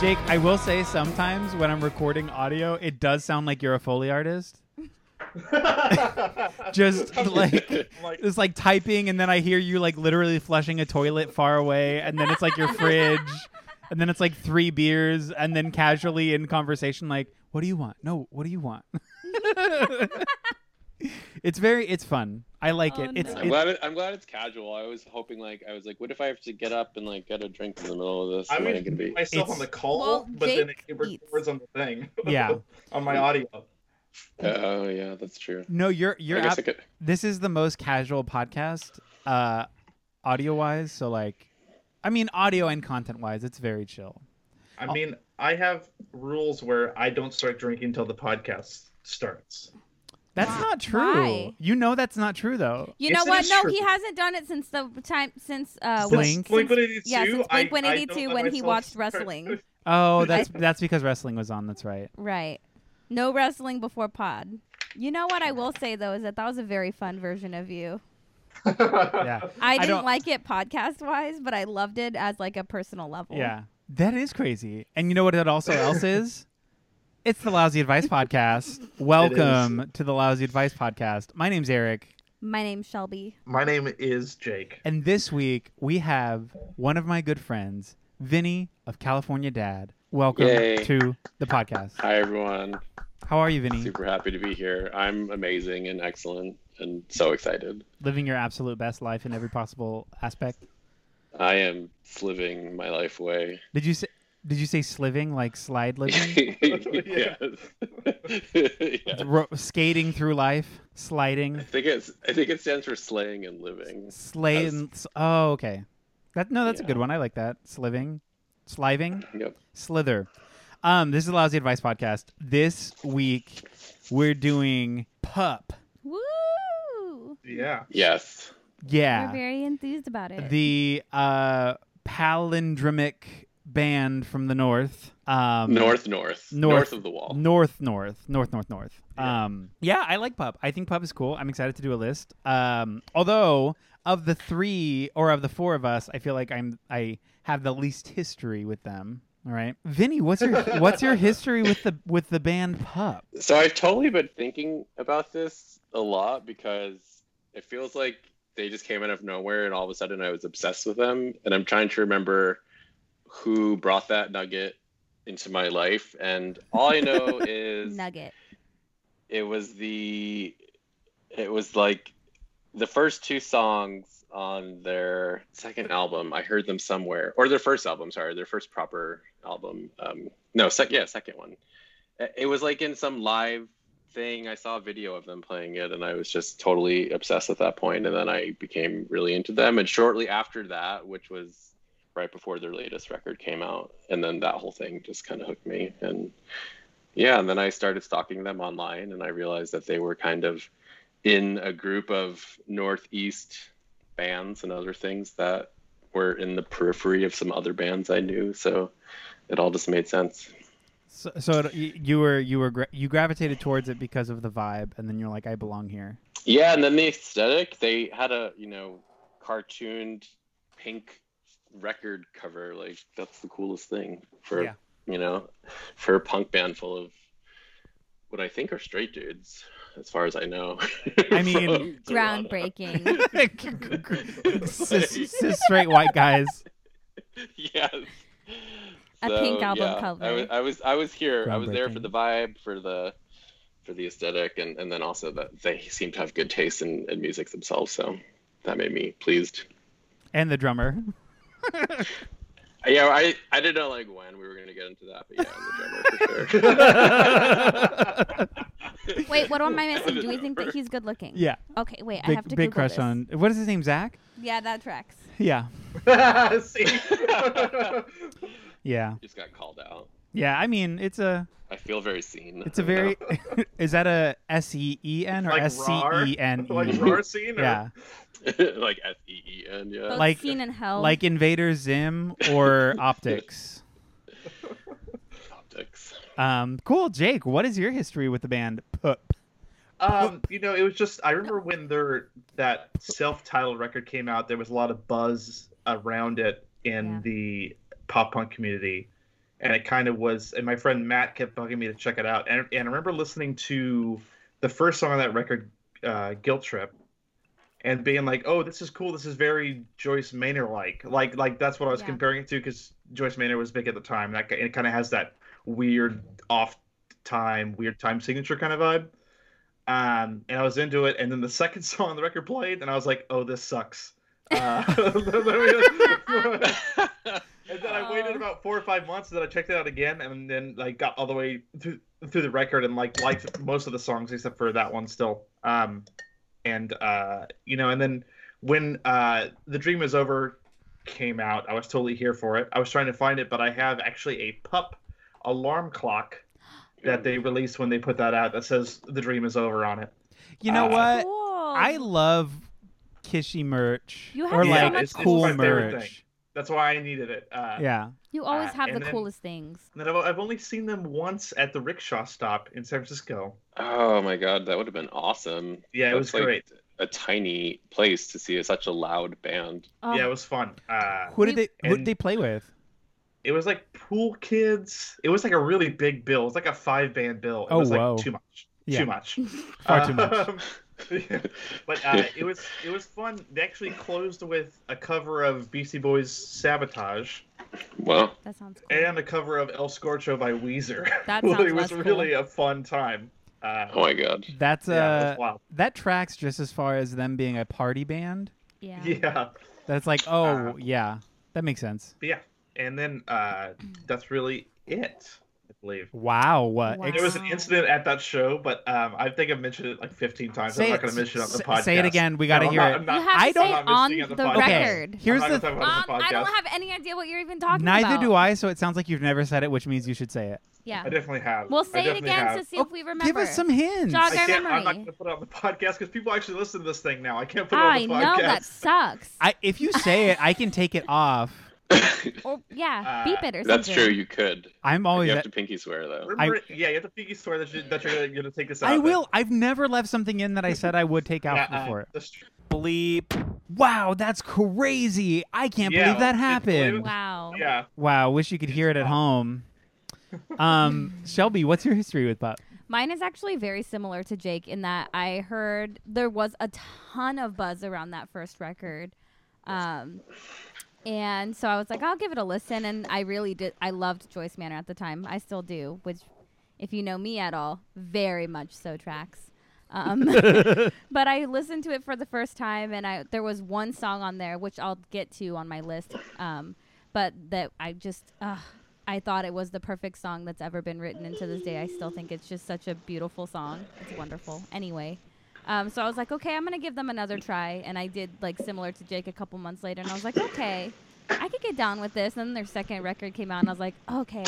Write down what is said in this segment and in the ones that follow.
Jake, I will say sometimes when I'm recording audio, it does sound like you're a Foley artist. Just like Like- it's like typing, and then I hear you like literally flushing a toilet far away, and then it's like your fridge, and then it's like three beers, and then casually in conversation, like, "What do you want? No, what do you want?" it's very, it's fun. I like Oh, it. It's, no. I'm it's glad. It, I'm glad it's casual. I was hoping like I was like, what if I have to get up and like get a drink in the middle of this? I Am would I gonna be? myself It's- on the call, Well, but then it, Jake it records eats. on the thing. Yeah. on my audio. Uh, oh yeah, that's true. no, you're you're I guess ab- I could. this is the most casual podcast uh audio wise so like i mean audio and content wise it's very chill I Oh. mean, I have rules where I don't start drinking until the podcast starts. that's Why? not true Why? you know that's not true though You Yes, know it what? is No, true. he hasn't done it since the time since uh Blink. since- Blink 182. yeah, since I- I Blink One Eighty Two don't let when he myself watched start- wrestling. oh that's that's because wrestling was on that's right Right. No wrestling before pod. You know what I will say though is that that was a very fun version of you. yeah I didn't don't- like it podcast wise, but I loved it as like a personal level. yeah that is crazy and you know what it also else is it's the lousy advice podcast welcome to the lousy advice podcast my name's eric My name's Shelby. My name is Jake. And this week we have one of my good friends, Vinny of California Dad. Welcome Yay. to the podcast. Hi everyone. How are you, Vinny? Super happy to be here. I'm amazing and excellent and so excited. Living your absolute best life in every possible aspect. I am sliving my life away. Did you say? Did you say sliving like slide living? yes. yeah. Ro- skating through life, sliding, I think it's. I think it stands for slaying and living. slay. That's- and s- Oh, okay. That no, that's a Yeah. good one. I like that. Sliving, sliving. Yep. Slither. Um, this is the Lousy Advice Podcast. This week we're doing pup. Woo! Yeah. Yes. Yeah. We're very enthused about it. the uh, palindromic band from the north. Um, north, North. north, north of the wall. North, north, north, north, north. Yeah. Um, yeah, I like Pup. I think Pup is cool. I'm excited to do a list. Um, although of the three or of the four of us, I feel like I'm I have the least history with them. All right, Vinny, what's your what's your history with the with the band Pup? So I've totally been thinking about this a lot because it feels like they just came out of nowhere and all of a sudden I was obsessed with them. And I'm trying to remember who brought that nugget into my life. And all I know is Nugget. it was the it was like the first two songs on their second album i heard them somewhere or their first album sorry their first proper album um no sec- yeah second one It- it was like in some live thing i saw a video of them playing it and i was just totally obsessed at that point and then i became really into them and shortly after that which was right before their latest record came out and then that whole thing just kind of hooked me and yeah, and then I started stalking them online, and I realized that they were kind of in a group of Northeast bands and other things that were in the periphery of some other bands I knew. So it all just made sense. So, so it, you, you were you were gra- you gravitated towards it because of the vibe, and then you're like, I belong here. Yeah, and then the aesthetic, they had a, you know, cartooned pink record cover. Like that's the coolest thing for Yeah. you know, for a punk band full of what I think are straight dudes, as far as I know. I mean- From Toronto. Groundbreaking. cis, cis straight white guys. yes. A pink album cover. I was, I was I was here. I was there for Groundbreaking. the vibe, for the for the aesthetic, and and then also that they seem to have good taste in, in music themselves. So that made me pleased. and the drummer. Yeah, I I didn't know like when we were gonna get into that, but yeah, the drummer for sure. wait, what am I missing? Do we think that he's good looking? Yeah, Okay, wait, I big have to big Google crush this. on. What is his name? Zach. Yeah, that tracks. Yeah, See? yeah, just got called out? yeah. I mean, it's a I feel very seen. it's a right now. very. is that a S E E N or Like S C E N like E? roar scene? Or... Yeah, like S E E N. Yeah. Both Like- seen and held. like Invader Zim or Optics. Optics. Um, cool, Jake. What is your history with the band Pup? Um, you know, it was just I remember when their that self-titled record came out, there was a lot of buzz around it in Yeah. the pop punk community, and it kind of was. And my friend Matt kept bugging me to check it out. And, and I remember listening to the first song on that record, uh, "Guilt Trip," and being like, "Oh, this is cool. This is very Joyce Maynard like. Like, like that's what I was Yeah. comparing it to because Joyce Maynard was big at the time. That ki- it kind of has that weird off time, weird time signature kind of vibe." Um, and I was into it, and then the second song on the record played, and I was like, "Oh, this sucks." Uh, And then I waited Oh. about four or five months, and then I checked it out again, and then like got all the way through, through the record and like liked most of the songs except for that one still. Um, and uh, you know, and then when uh, the dream is over came out, I was totally here for it. I was trying to find it, but I have actually a pup alarm clock that they released when they put that out that says the dream is over on it. You know Uh, what? cool. I love Kishy merch You have or so like much Yeah, cool it's- it's my favorite thing. merch. That's why I needed it. Uh, Yeah. you always uh, have the and then- coolest things. and then I've, I've only seen them once at the rickshaw stop in San Francisco. Oh my god, that would have been awesome. Yeah, it That's, was like, great. A tiny place to see such a loud band. Oh, Yeah, it was fun. Uh, Who did We- they who did and- they play with? it was like pool kids. It was like a really big bill. It was like a five band bill. It Oh, was like whoa. too much. Yeah. Too much. Far too much. Um, yeah. But uh, it was it was fun. They actually closed with a cover of Beastie Boys' "Sabotage" Wow. that sounds cool. and a cover of "El Scorcho" by Weezer. That Well, sounds it less was cool. really a fun time. Uh, Oh my god. That's uh yeah, it was wild. that tracks just as far as them being a party band. yeah. yeah. That's like, oh Um, yeah. That makes sense. But yeah, and then uh, that's really it, I believe. Wow, what Wow. ex- There was an Wow. incident at that show, but um, I think I've mentioned it like 15 times. Say I'm it. not going to mention it on the S- podcast. say it again. We gotta No, I'm hear not- it. I'm You not- have I to don't- say it I'm not on missing the, it on the podcast. record. Here's I'm the not gonna Um, talk about it on the I don't podcast. have any idea what you're even talking about. Neither do I, so it sounds like you've never said it, which means you should say it. I Yeah. definitely have. We'll I say it definitely again have. to see Oh, if we remember. Give us some hints. Jog I our can't, I'm not memory. going to put it on the podcast because people actually listen to this thing now. I can't put it on I the know podcast. that sucks. I if you say it, I can take it off. or yeah, Uh, beep it or something. That's true. You could. I'm always you have at- to pinky swear though. Remember, it- yeah, you have to pinky swear that, you, that you're going to take this out. I then. will. I've never left something in that I said I would take out Yeah, uh, before it. that's true. Bleep. Wow, that's crazy. I can't Yeah, believe that it's happened. unbelievable. Wow. Yeah. Wow, wish you could hear it at home. Um, Shelby, what's your history with pop? Mine is actually very similar to Jake in that I heard there was a ton of buzz around that first record. Um, and so I was like, I'll give it a listen. And I really did. I loved Joyce Manor at the time. I still do, which, if you know me at all, very much so tracks. Um, but I listened to it for the first time, and I there was one song on there which I'll get to on my list, um, but that I just uh, I thought it was the perfect song that's ever been written, and to this day I still think it's just such a beautiful song. It's wonderful. Anyway, um, so I was like, okay, I'm gonna give them another try, and I did like similar to Jake a couple months later, and I was like, okay, I could get down with this. And then their second record came out, and I was like, okay,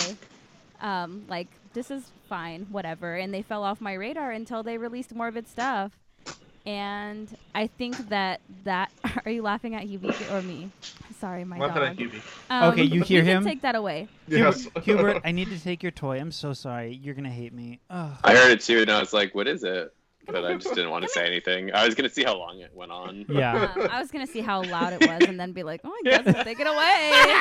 um, like this is fine, whatever. And they fell off my radar until they released morbid stuff. And I think that that are you laughing at Hubie or me? Sorry, Oh my I'm laughing at dog. Hubie. Um, Okay, you hear can him? Take that away. Yes. Hubert, Hubert, I need to take your toy. I'm so sorry. You're gonna hate me. Ugh. I heard it too, and I was like, "What is it?" But I just didn't want to Come say anything. I was gonna see how long it went on. Yeah. Um, I was gonna see how loud it was, and then be like, "Oh, I guess I'll take it away."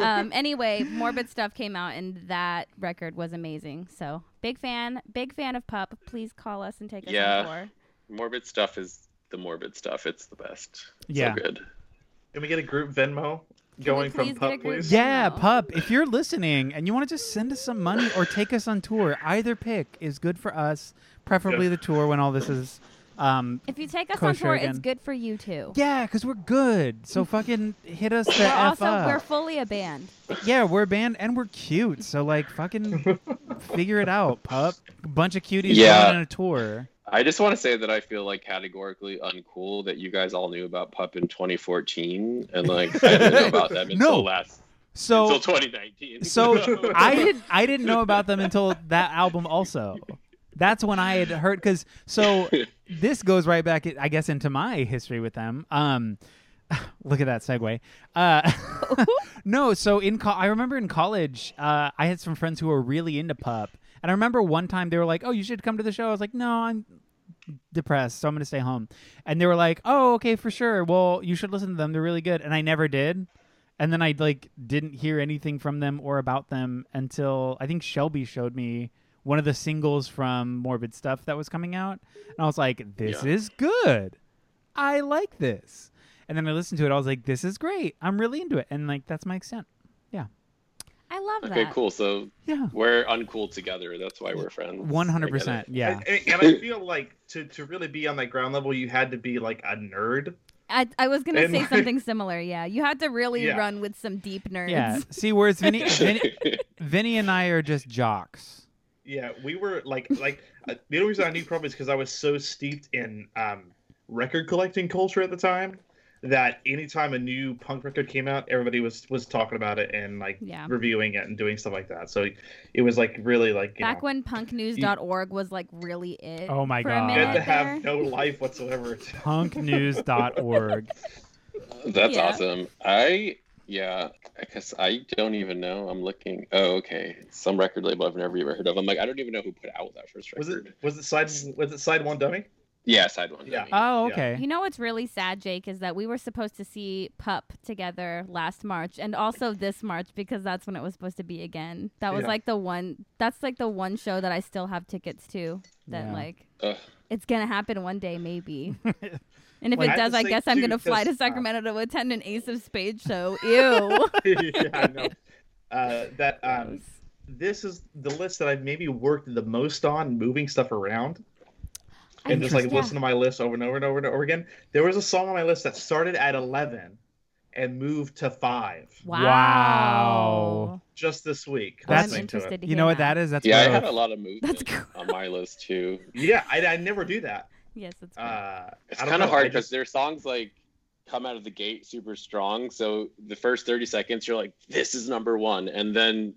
um, anyway, morbid stuff came out, and that record was amazing. So big fan, big fan of Pup. Please call us and take us Yeah. on tour. Morbid stuff is the morbid stuff. It's the best. Yeah. So good. Can we get a group Venmo going please from get a Pup, group- please? Yeah, No. pup. If you're listening and you want to just send us some money or take us on tour, either pick is good for us. Preferably Yeah. the tour when all this is. Um, If you take us on Kosher tour, again. it's good for you too. yeah, because we're good. So fucking hit us the We're f also up. we're fully a band. Yeah, we're a band and we're cute. So like fucking figure it out, pup. Bunch of cuties Yeah. going on a tour. I just want to say that I feel like categorically uncool that you guys all knew about Pup in 2014, and like I didn't know about them until No. last until So 2019. so I didn't I didn't know about them until that album also. That's when I had heard because so this goes right back I guess into my history with them. Um look at that segue. Uh no, so in co- I remember in college uh I had some friends who were really into pup. And I remember one time they were like, "Oh, you should come to the show." I was like, "No, I'm depressed, so I'm going to stay home." And they were like, "Oh, okay, for sure. Well, you should listen to them. They're really good." And I never did. and then I like didn't hear anything from them or about them until I think Shelby showed me one of the singles from Morbid Stuff that was coming out, and I was like, "This Yeah. is good. I like this." And then I listened to it. I was like, "This is great. I'm really into it." And like that's my extent. I love Okay, that. cool. So Yeah, we're uncool together. That's why we're friends. one hundred I percent. get it. Yeah, And, and I feel like to, to really be on that ground level, you had to be like a nerd. I, I was gonna And say like- something similar. Yeah, you had to really Yeah. run with some deep nerds. yeah. See, whereas Vinny, Vinny, Vinny and I are just jocks. Yeah, we were like like uh, the only reason I knew probably is because I was so steeped in um, record collecting culture at the time that anytime a new punk record came out, everybody was was talking about it and like Yeah. reviewing it and doing stuff like that. So it was like really like you Back know, when punknews.org was like really it. Oh my for God. A when- you had minute to have there. no life whatsoever. Punknews.org. That's Yeah. awesome. I yeah, because I don't even know. I'm looking. Oh, okay. Some record label I've never even heard of. I'm like, I don't even know who put out that first record. Was it was it side was it side one dummy? Yeah, side one. Yeah. Dummy. Oh, Yeah. okay. You know what's really sad, Jake, is that we were supposed to see Pup together last March and also this March because that's when it was supposed to be again. That was Yeah. like the one. That's like the one show that I still have tickets to. That Yeah. like Ugh. it's gonna happen one day maybe. and if Like, it I have does, to I say, guess I'm too, gonna fly to because, uh, Sacramento to attend an Ace of Spades show. Ew. yeah, I know. Uh, that um, Gross. this is the list that I've maybe worked the most on moving stuff around I and just like think- listen to my list over and over and over and over again. There was a song on my list that started at eleven and moved to five Wow. Wow. just this week. That's- I'm listening to it. interested. To You know what hear that is? That's Yeah, I growth. had a lot of movement That's on my list too. Yeah, I, I never do that. Yes, it's. great. Uh, It's I don't kind of know, hard I because just- their songs like come out of the gate super strong. So the first 30 seconds, you're like, this is number one. And then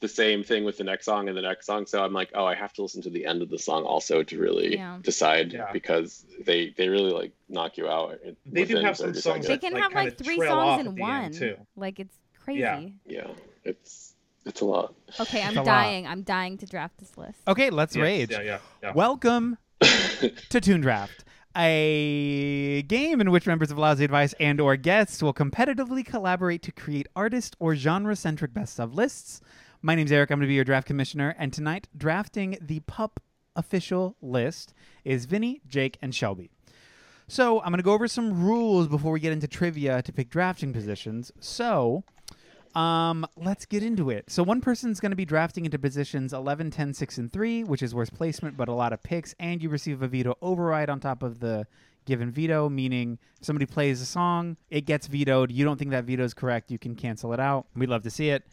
the same thing with the next song and the next song. So I'm like, oh, I have to listen to the end of the song also to really Yeah. decide Yeah. because they, they really like knock you out. in- They do within have some 30 songs they seconds. that- can like, have like kinda three trail songs off in at the end, one. too. Like it's crazy. Yeah. Yeah, it's it's a lot. Okay, I'm It's a lot. dying. I'm dying to draft this list. Okay, let's Yeah, rage. Yeah, yeah, yeah. Welcome to Toon Draft, a game in which members of Lousy Advice and or guests will competitively collaborate to create artist or genre-centric best of lists. My name's Eric. I'm going to be your draft commissioner, and tonight drafting the pup official list is Vinny, Jake, and Shelby. So I'm going to go over some rules before we get into trivia to pick drafting positions. So um, let's get into it. So one person's going to be drafting into positions 11, 10, 6, and 3, which is worse placement, but a lot of picks, and you receive a veto override on top of the given veto, meaning if somebody plays a song, it gets vetoed. You don't think that veto is correct, you can cancel it out. We'd love to see it.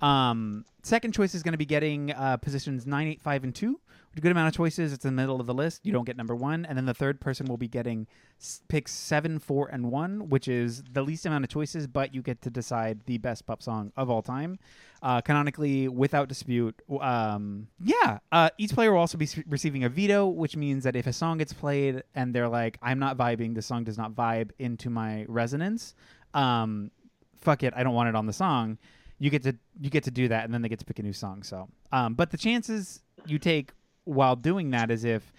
Um, second choice is going to be getting uh, positions 9, 8, 5, and 2, which is a good amount of choices. It's in the middle of the list. You don't get number one. And then the third person will be getting s- picks 7, 4, and 1, which is the least amount of choices, but you get to decide the best pop song of all time. Uh, canonically, without dispute. w- Um, yeah. Uh, each player will also be s- receiving a veto, which means that if a song gets played and they're like, I'm not vibing, this song does not vibe into my resonance, um, fuck it, I don't want it on the song. You get to you get to do that, and then they get to pick a new song. So, um, but the chances you take while doing that is if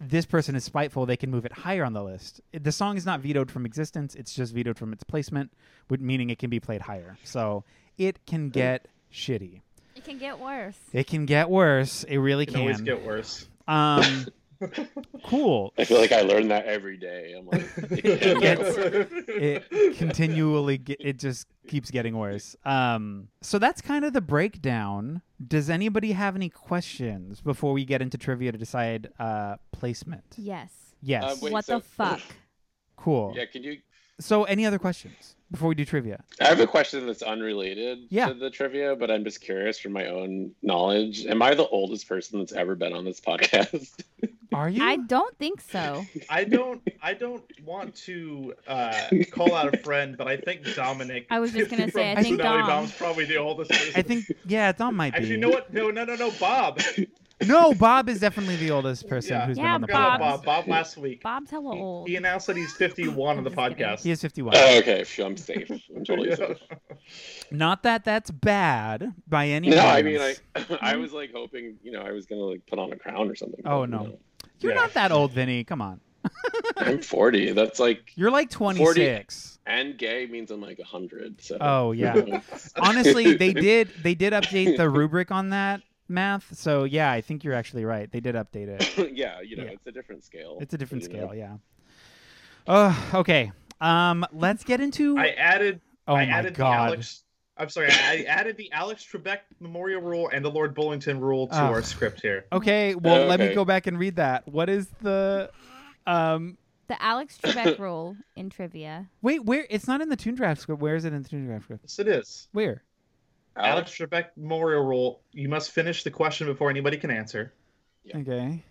this person is spiteful, they can move it higher on the list. It- The song is not vetoed from existence; it's just vetoed from its placement, would- meaning it can be played higher. So it can get shitty. It can get worse. It can get worse. It really It can always can. get worse. um, cool. I feel like I learn that every day. I'm like, gets- it continually ge- it just keeps getting worse um so that's kind of the breakdown does anybody have any questions before we get into trivia to decide uh placement Yes. yes Uh, wait, what so- the fuck? cool yeah, can you? so any other questions before we do trivia I have a question that's unrelated Yeah. to the trivia, but I'm just curious for my own knowledge. Am I the oldest person that's ever been on this podcast? are you I don't think so. I don't. I don't want to uh, call out a friend, but I think Dominic. I was just gonna from say, I think Personality Dom. Bomb's probably the oldest. Person. I think yeah don might Actually, be you know what? No, no, no, no. Bob. no bob is definitely the oldest person Yeah. who's Yeah, been on the Forgot about podcast Bob's- Bob. Bob last week. Bob's hella old. He announced that he's 51 on the I'm just he podcast. is 51 oh, okay, phew, I'm safe. I'm totally Yeah. safe. not that that's bad by any No, means I mean, like, I was like hoping, you know, I was gonna like put on a crown or something. Mm-hmm. Oh, but, no. you know. you're Yeah. not that old vinny come on I'm 40. That's like You're like 26. and gay means I'm like 100. So Oh yeah. Honestly, they did they did update the rubric on that math. So yeah, I think you're actually right. They did update it. yeah, you know, Yeah. it's a different scale. It's a different you know. scale, yeah. Oh, okay. Um, let's get into I added. Oh I my added god. the Alex. I'm sorry. I added the Alex Trebek memorial rule and the Lord Bullington rule to Oh. our script here. Okay, well, let me Okay. go back and read that. What is the um The Alex Trebek rule in trivia. wait, where it's not in the Toon Draft script. Where is it in the Toon Draft script? Yes, it is. Where? Alex Trebek memorial rule. You must finish the question before anybody can answer. Yeah. Okay.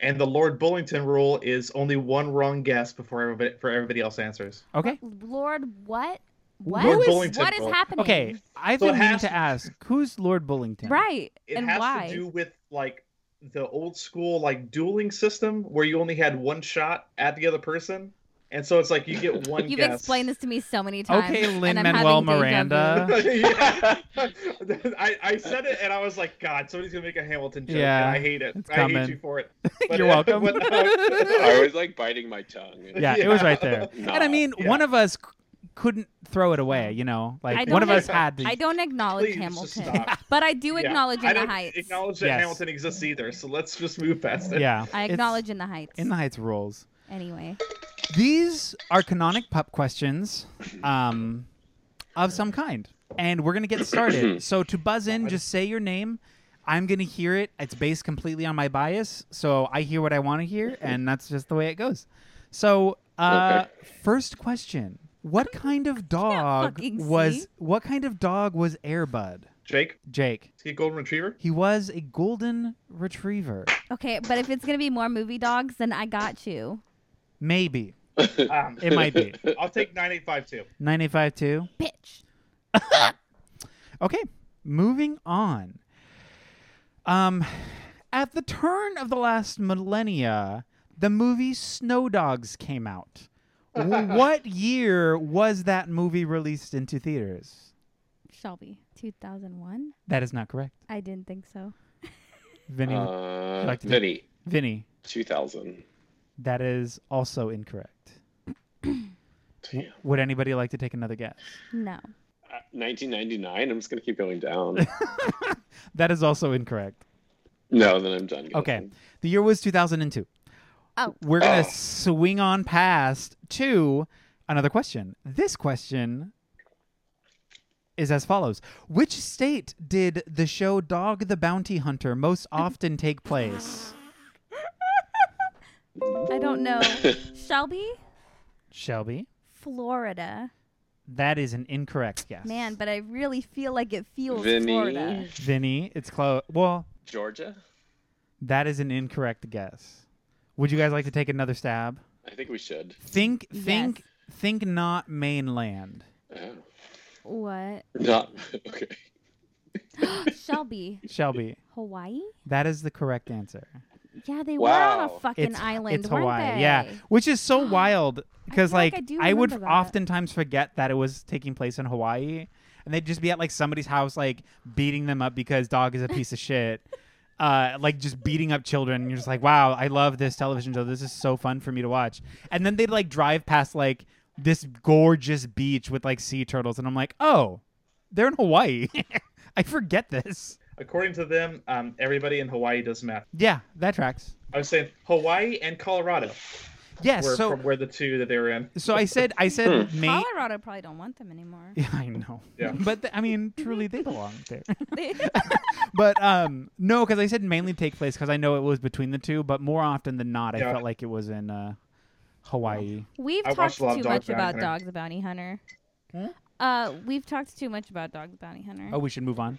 And the Lord Bullington rule is only one wrong guess before everybody, for everybody else answers. Okay. Lord, what? What? Lord Bullington what is rule. happening? Okay. I've So it been meaning has to to- ask, who's Lord Bullington? Right. It and has why? to do with like the old school like dueling system where you only had one shot at the other person, and so it's like you get one. You've guess. explained this to me so many times. Okay, and I'm Lin Manuel having deja vu. Miranda. Yeah. I, I said it and I was like, God, somebody's gonna make a Hamilton joke. Yeah, and I hate it. it's I hate coming. you for it. You're welcome. but uh, no, I was like biting my tongue. yeah, it was right there. Nah. And I mean, Yeah. one of us c- couldn't throw it away, you know? I Like, don't one of us have- had to. I don't acknowledge please just Hamilton, stop. but I do Yeah. acknowledge I in the don't Heights. acknowledge that Yes. Hamilton exists either, so let's just move past it. yeah. I it's acknowledge in the Heights. In the Heights rules. anyway, These are canonic pup questions um, of some kind. And we're going to get started. so, to buzz in, just say your name. I'm going to hear it. It's based completely on my bias. So, I hear what I want to hear, and that's just the way it goes. So, uh, first question. What kind of dog fucking see. was what kind of dog was Airbud? Jake, Jake. is he a golden retriever? He was a golden retriever. okay, but if it's gonna be more movie dogs, then I got you. Maybe. Um, It might be. I'll take nine eight five two. 985-2. Bitch. Okay. Moving on. Um at the turn of the last millennia, the movie Snow Dogs came out. W- what year was that movie released into theaters? Shelby. 2001. That is not correct. I didn't think so. Vinny Uh, like to- Vinny, Vinny, 2000. that is also incorrect. Damn. Would anybody like to take another guess? No. Uh, 1999. I'm just gonna keep going down. That is also incorrect. no, then I'm done. Okay. guessing. The year was 2002. Oh. We're going to Oh. swing on past to another question. This question is as follows Which state did the show Dog the Bounty Hunter most often take place? I don't know. Shelby? Shelby? Florida. That is an incorrect guess. Man, but I really feel like it feels Vinny, Florida. Vinny, it's close. Well, Georgia. that is an incorrect guess. Would you guys like to take another stab? I think we should. Think, Yes. think, think not mainland. Oh. What? Not okay. Shelby. Shelby, Hawaii? that is the correct answer. Yeah, they were on Wow. a fucking it's, island, It's weren't Hawaii, they? yeah, which is so wild because feel like like, I do I, would remember that. oftentimes forget that it was taking place in Hawaii, and they'd just be at like somebody's house, like beating them up because dog is a piece of shit, uh, like just beating up children. And you're just like, wow, I love this television show. This is so fun for me to watch. And then they'd like drive past like this gorgeous beach with like sea turtles, and I'm like, oh, they're in Hawaii. I forget this. According to them, um, everybody in Hawaii does math. Yeah, that tracks. I was saying Hawaii and Colorado Yes, were, so from, Hmm. were the two that they were in. so I said I said Maine. Colorado probably don't want them anymore. Yeah, I know. Yeah. But th- I mean, truly, they belong there. They- but um, no, because I said mainly take place because I know it was between the two, but more often than not, I Yeah. felt like it was in uh, Hawaii. We've I talked watched a lot of too Dog much the Bounty about Hunter. Dog the Bounty Hunter. Hmm? Uh, we've talked too much about Dog the Bounty Hunter. Oh, we should move on.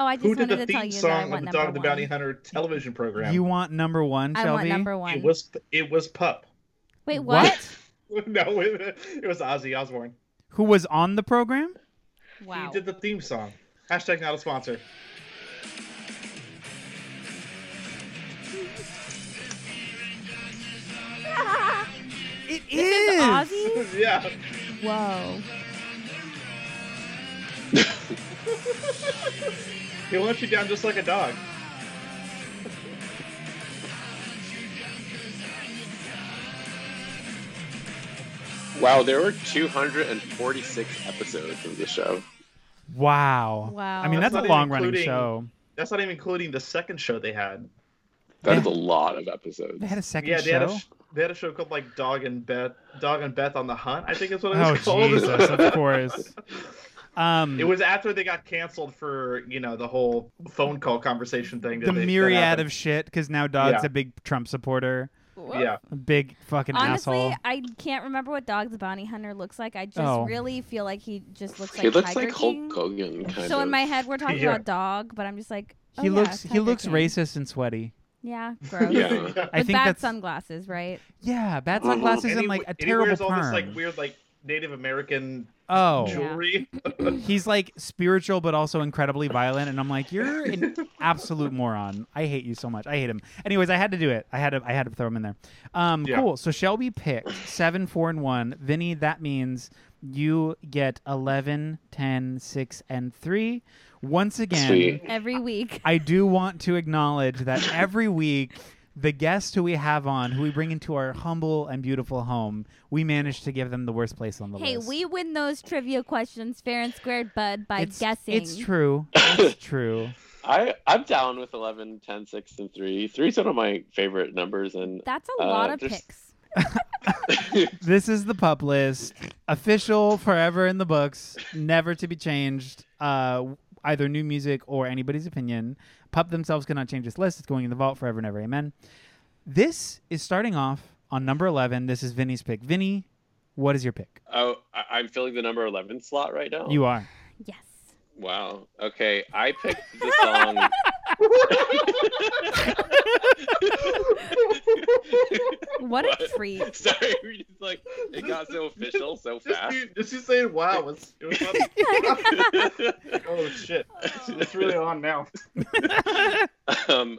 Oh, I just Who did wanted the to tell theme you that I song want of the number Dog the Bounty one. Hunter television program? You want number one, Shelby? I want number one. It was it was Pup. Wait, what? no, it, it was Ozzy Osbourne. Who was on the program? Wow. He did the theme song. Hashtag not a sponsor. It This is Ozzy? yeah. Whoa. He wants you down just like a dog. Wow, there were 246 episodes of the show. Wow. Wow. I mean, That's that's, not a even long running including- show. That's not even including the second show they had. That Yeah. is a lot of episodes. They had a second yeah, they show. had a sh- they had a show called like Dog and Beth, Dog and Beth on the Hunt. I think is what it oh was called. Jesus! of course. Um, It was after they got canceled for you know the whole phone call conversation thing. That the they, that myriad happened. of shit because now Dog's Yeah. a big Trump supporter, Whoa. yeah. a big fucking Honestly, asshole. I can't remember what dog the bounty hunter looks like. I just Oh. really feel like he just looks like he looks Tiger like King. Hulk Hogan, kind So of. in my head, we're talking Yeah. about dog, but I'm just like oh, He yeah, looks he Tiger looks King. racist and sweaty. Yeah, gross. Yeah. I With think bad that's sunglasses, right? yeah, bad Mhm. sunglasses And and he- like a and he terrible wears all this perm. like weird like Native American oh, Yeah. jewelry. he's like spiritual but also incredibly violent, and I'm like, you're an absolute moron. I hate you so much. I hate him. Anyways, I had to do it. I had to I had to throw him in there. Um, Yeah. cool. So Shelby picked seven, four, and one. Vinny, that means you get 11, 10, 6, and three. Once again. Sweet. Every week. I do want to acknowledge that every week, the guest who we have on, who we bring into our humble and beautiful home, we manage to give them the worst place on the Hey, list. we win those trivia questions fair and squared, bud, by it's, guessing. It's true. It's true. I, I'm down with 11, 10, 6, and 3. Three's one of my favorite numbers, and That's a Uh, lot of there's- picks. This is the pup list, official, forever in the books, never to be changed. Uh, either new music or anybody's opinion. Pup themselves cannot change this list. It's going in the vault forever and ever. Amen. This is starting off on number eleven. This is Vinny's pick. Vinny, what is your pick? oh, I, I'm filling the number 11 slot right now. You are. Yes. Wow. Okay, I picked the song. What a treat. Sorry, we just like it got so official so just, fast. you- just you saying wow was it was not- oh shit it's really on now. um,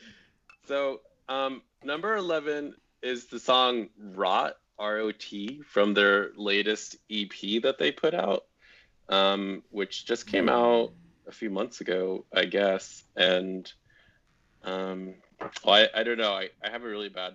so um, number eleven is the song "Rot" R O T from their latest EP that they put out, um, which just came out a few months ago, I guess. And um, well, I, I don't know. I, I have a really bad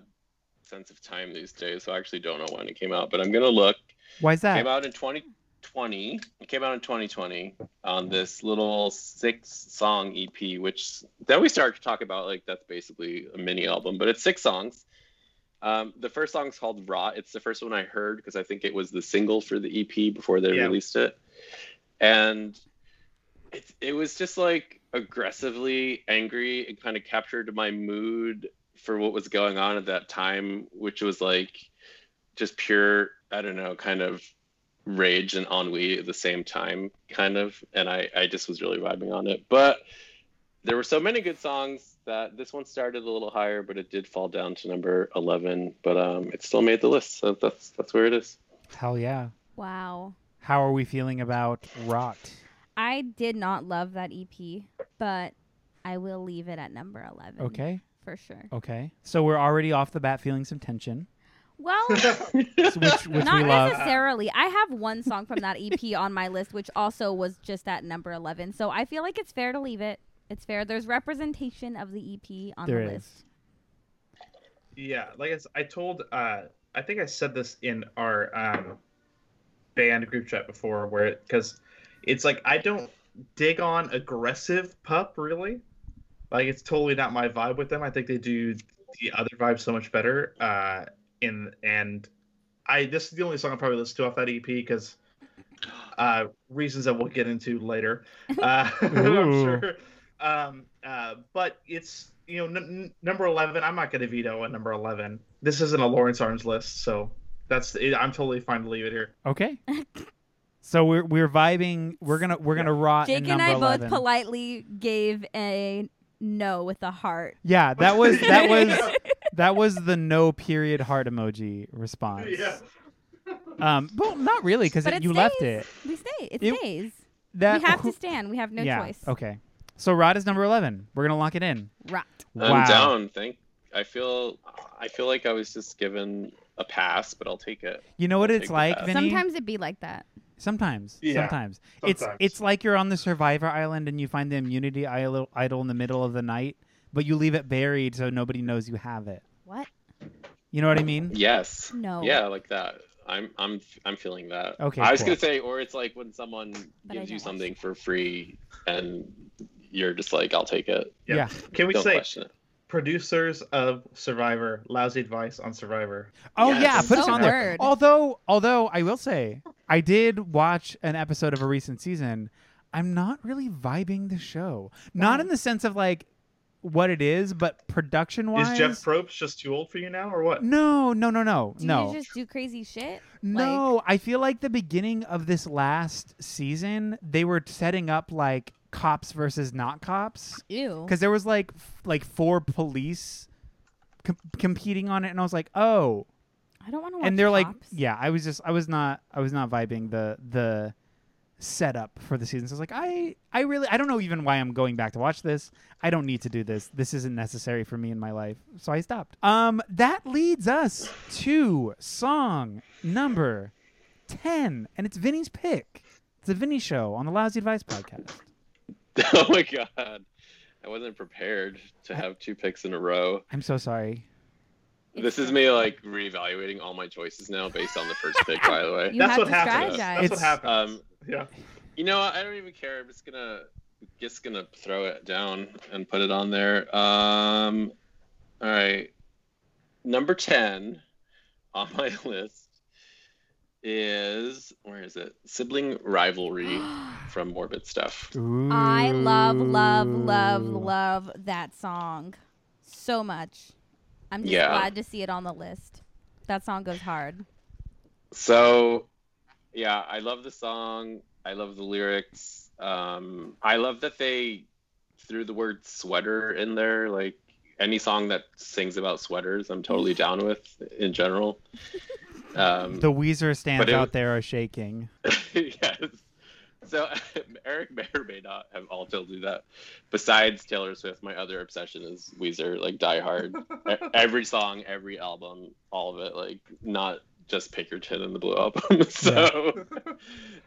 sense of time these days, so I actually don't know when it came out. But I'm gonna look. Why is that? Came out in 2020. It came out in 2020 on this little six song EP, which then we started to talk about like that's basically a mini album, but it's six songs. Um, the first song is called Raw. It's the first one I heard because I think it was the single for the EP before they Yeah. released it. And it, it was just like aggressively angry. It kind of captured my mood for what was going on at that time, which was like just pure, I don't know, kind of rage and ennui at the same time, kind of. And I, I just was really vibing on it. But there were so many good songs that this one started a little higher, but it did fall down to number 11. But um, it still made the list. So that's, that's where it is. Hell yeah. Wow. How are we feeling about rot? I did not love that EP, but I will leave it at number 11. Okay. For sure. Okay. So we're already off the bat feeling some tension, Well, s- which, which we not love. necessarily. I have one song from that EP on my list, which also was just at number 11. So I feel like it's fair to leave it. It's fair. There's representation of the EP on There the is. list. yeah like I, s- I told uh i think i said this in our um band group chat before where it because it's like i don't dig on aggressive pup really like it's totally not my vibe with them i think they do the other vibe so much better uh in and i this is the only song i probably listened to off that ep because uh reasons that we'll get into later uh i'm Ooh. sure um uh but it's you know n- n- number 11 i'm not going to veto a number 11 this isn't a lawrence arms list so that's it, i'm totally fine to leave it here Okay. So we're we're vibing. We're gonna we're gonna rot. in Jake and number I 11. both politely gave a no with a heart. Yeah, that was that was that was the no period heart emoji response. yeah Um, but not really because But it you left stays. it. We stay. It, It- stays. That we have to stand. We have no yeah. choice. Okay. So rot is number eleven. We're gonna lock it in. Rot. I'm wow. down. Thank I feel I feel like I was just given a pass, but I'll take it. You know what I'll it's take like, that. Vinny? Sometimes it be like that. Sometimes, Yeah, sometimes. It's sometimes. it's like you're on the Survivor Island and you find the immunity idol, idol in the middle of the night, but you leave it buried so nobody knows you have it. What? You know what I mean? Yes. No. Yeah, like that. I'm I'm I'm feeling that. Okay, I was cool. gonna say, or it's like when someone But I gives you don't want something for free and you're just like, I'll take it. Yeah. Yeah. Can we Don't say question it. producers of Survivor? Lousy advice on Survivor. Oh Yes. yeah, put us So on there. nerd. Although, although I will say, I did watch an episode of a recent season. I'm not really vibing the show. Not Why? in the sense of like what it is, but production wise. Is Jeff Probst just too old for you now, or what? no, no, no, no, Do no. you just do crazy shit? No, I feel like the beginning of this last season, they were setting up like cops versus not cops Ew. because there was like f- like four police com- competing on it, and I was like, oh, I don't want to watch and they're like, cops. yeah, I was just I was not I was not vibing the the setup for the season. So I was like, I I really I don't know even why I'm going back to watch this. I don't need to do this. This isn't necessary for me in my life. So I stopped. Um that leads us to song number 10 and it's Vinny's pick. It's the Vinny show on the Lousy Advice podcast. oh my god, I wasn't prepared to have two picks in a row. I'm so sorry. This is me like reevaluating all my choices now based on the first pick. By the way, You That's have what to happens. strategize. That's It's- what happens. um, yeah. you know, I don't even care. I'm just gonna just gonna throw it down and put it on there. Um, all right, number ten on my list is where is it? Sibling rivalry from Morbid Stuff. I love, love, love, Ooh. love that song so much. I'm just Yeah. glad to see it on the list. That song goes hard. So, yeah, I love the song. I love the lyrics. Um, I love that they threw the word sweater in there. Like any song that sings about sweaters, I'm totally down with in general. Um, The Weezer stands it- out there are shaking. yes. So Eric may or may not have also do that. Besides Taylor Swift, my other obsession is Weezer, like Die Hard. E- every song, every album, all of it, like not just Pinkerton and the Blue Album. so that's,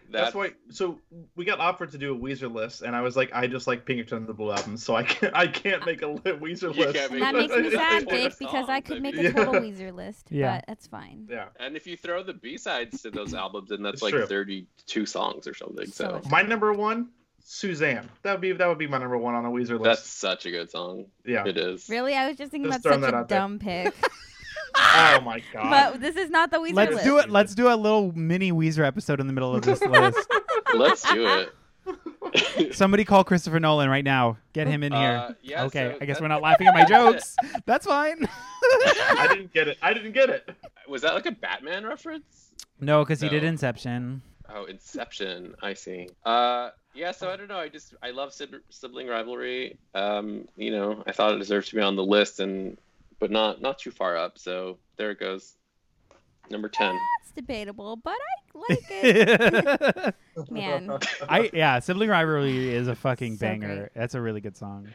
That's, why. So we got offered to do a Weezer list, and I was like, I just like Pinkerton and the Blue Album, so I can't. I can't make a li- Weezer You list. can't And make that makes me It's sad, like Jake, a because I song, could I make a mean. total Yeah. Weezer list, Yeah. but that's fine. Yeah. And if you throw the B sides to those albums, then that's It's like true. 32 songs or something. So, So My number one, Suzanne. That would be that would be my number one on a Weezer list. that's such a good song. yeah. It is. Really, I was just thinking Just that's throwing such that a out there. dumb pick. Oh my god. but this is not the Weezer Let's list. do it. Let's do a little mini Weezer episode in the middle of this list. Let's do it. Somebody call Christopher Nolan right now. Get him in here. Uh, yeah, okay, so I guess that- we're not laughing at my that's it. jokes. That's fine. I didn't get it. I didn't get it. Was that like a Batman reference? No, because he No. did Inception. Oh, Inception. I see. Uh, yeah. So I don't know. I just I love sib- sibling rivalry. Um, you know, I thought it deserved to be on the list, and but not not too far up. So there it goes. Number ten. That's debatable, but I like it. I Man. yeah, sibling rivalry is a fucking So banger. great. That's a really good song.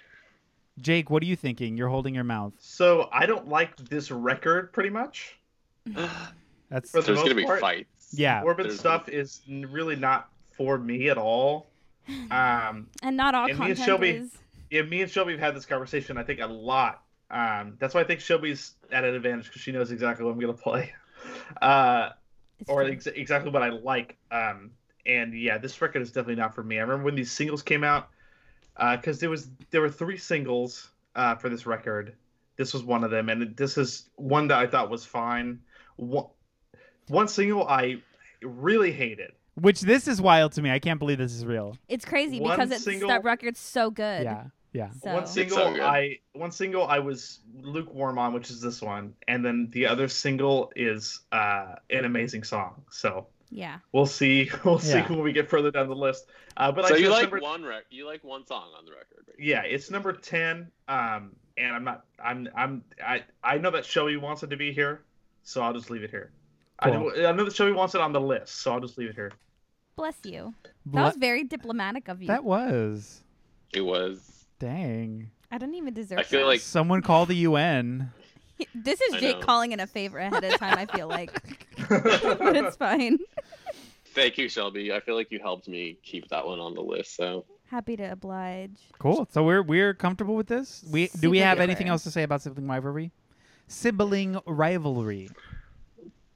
Jake, what are you thinking? You're holding your mouth. So I don't like this record pretty much. That's For There's the gonna most be part- fights. yeah. Morbid There's- stuff is n- really not for me at all. Um, And not all And me and content Shelby- is. yeah, me and Shelby have had this conversation, I think, a lot. Um, that's why I think Shelby's at an advantage because she knows exactly what I'm gonna play, uh, it's or true. ex- exactly what I like. Um, and yeah, this record is definitely not for me. I remember when these singles came out, because there was there were three singles uh, for this record. This was one of them, and this is one that I thought was fine. One, one single I really hated. Which this is wild to me. I can't believe this is real. it's crazy one because it's single- that record's so good. Yeah. Yeah. So One single so good. I one single I was lukewarm on, which is this one, and then the other single is uh, an amazing song. So yeah. we'll see, we'll Yeah. see when we get further down the list. Uh, but so I you chose like number, one rec- you like one song on the record. Right? yeah, it's number ten. Um, and I'm not, I'm, I'm, I, I know that Shelby wants it to be here, so I'll just leave it here. I, Cool. know, I know that Shelby wants it on the list, so I'll just leave it here. Bless you. That Bla- was very diplomatic of you. that was. It was. Dang. I don't even deserve I feel like Someone call the UN. that. this is I Jake know. calling in a favor ahead of time, I feel like. but it's fine. thank you, Shelby. I feel like you helped me keep that one on the list. So Happy to oblige. Cool. So we're we're comfortable with this. We do we Super have anything duper. else to say about sibling rivalry? Sibling rivalry.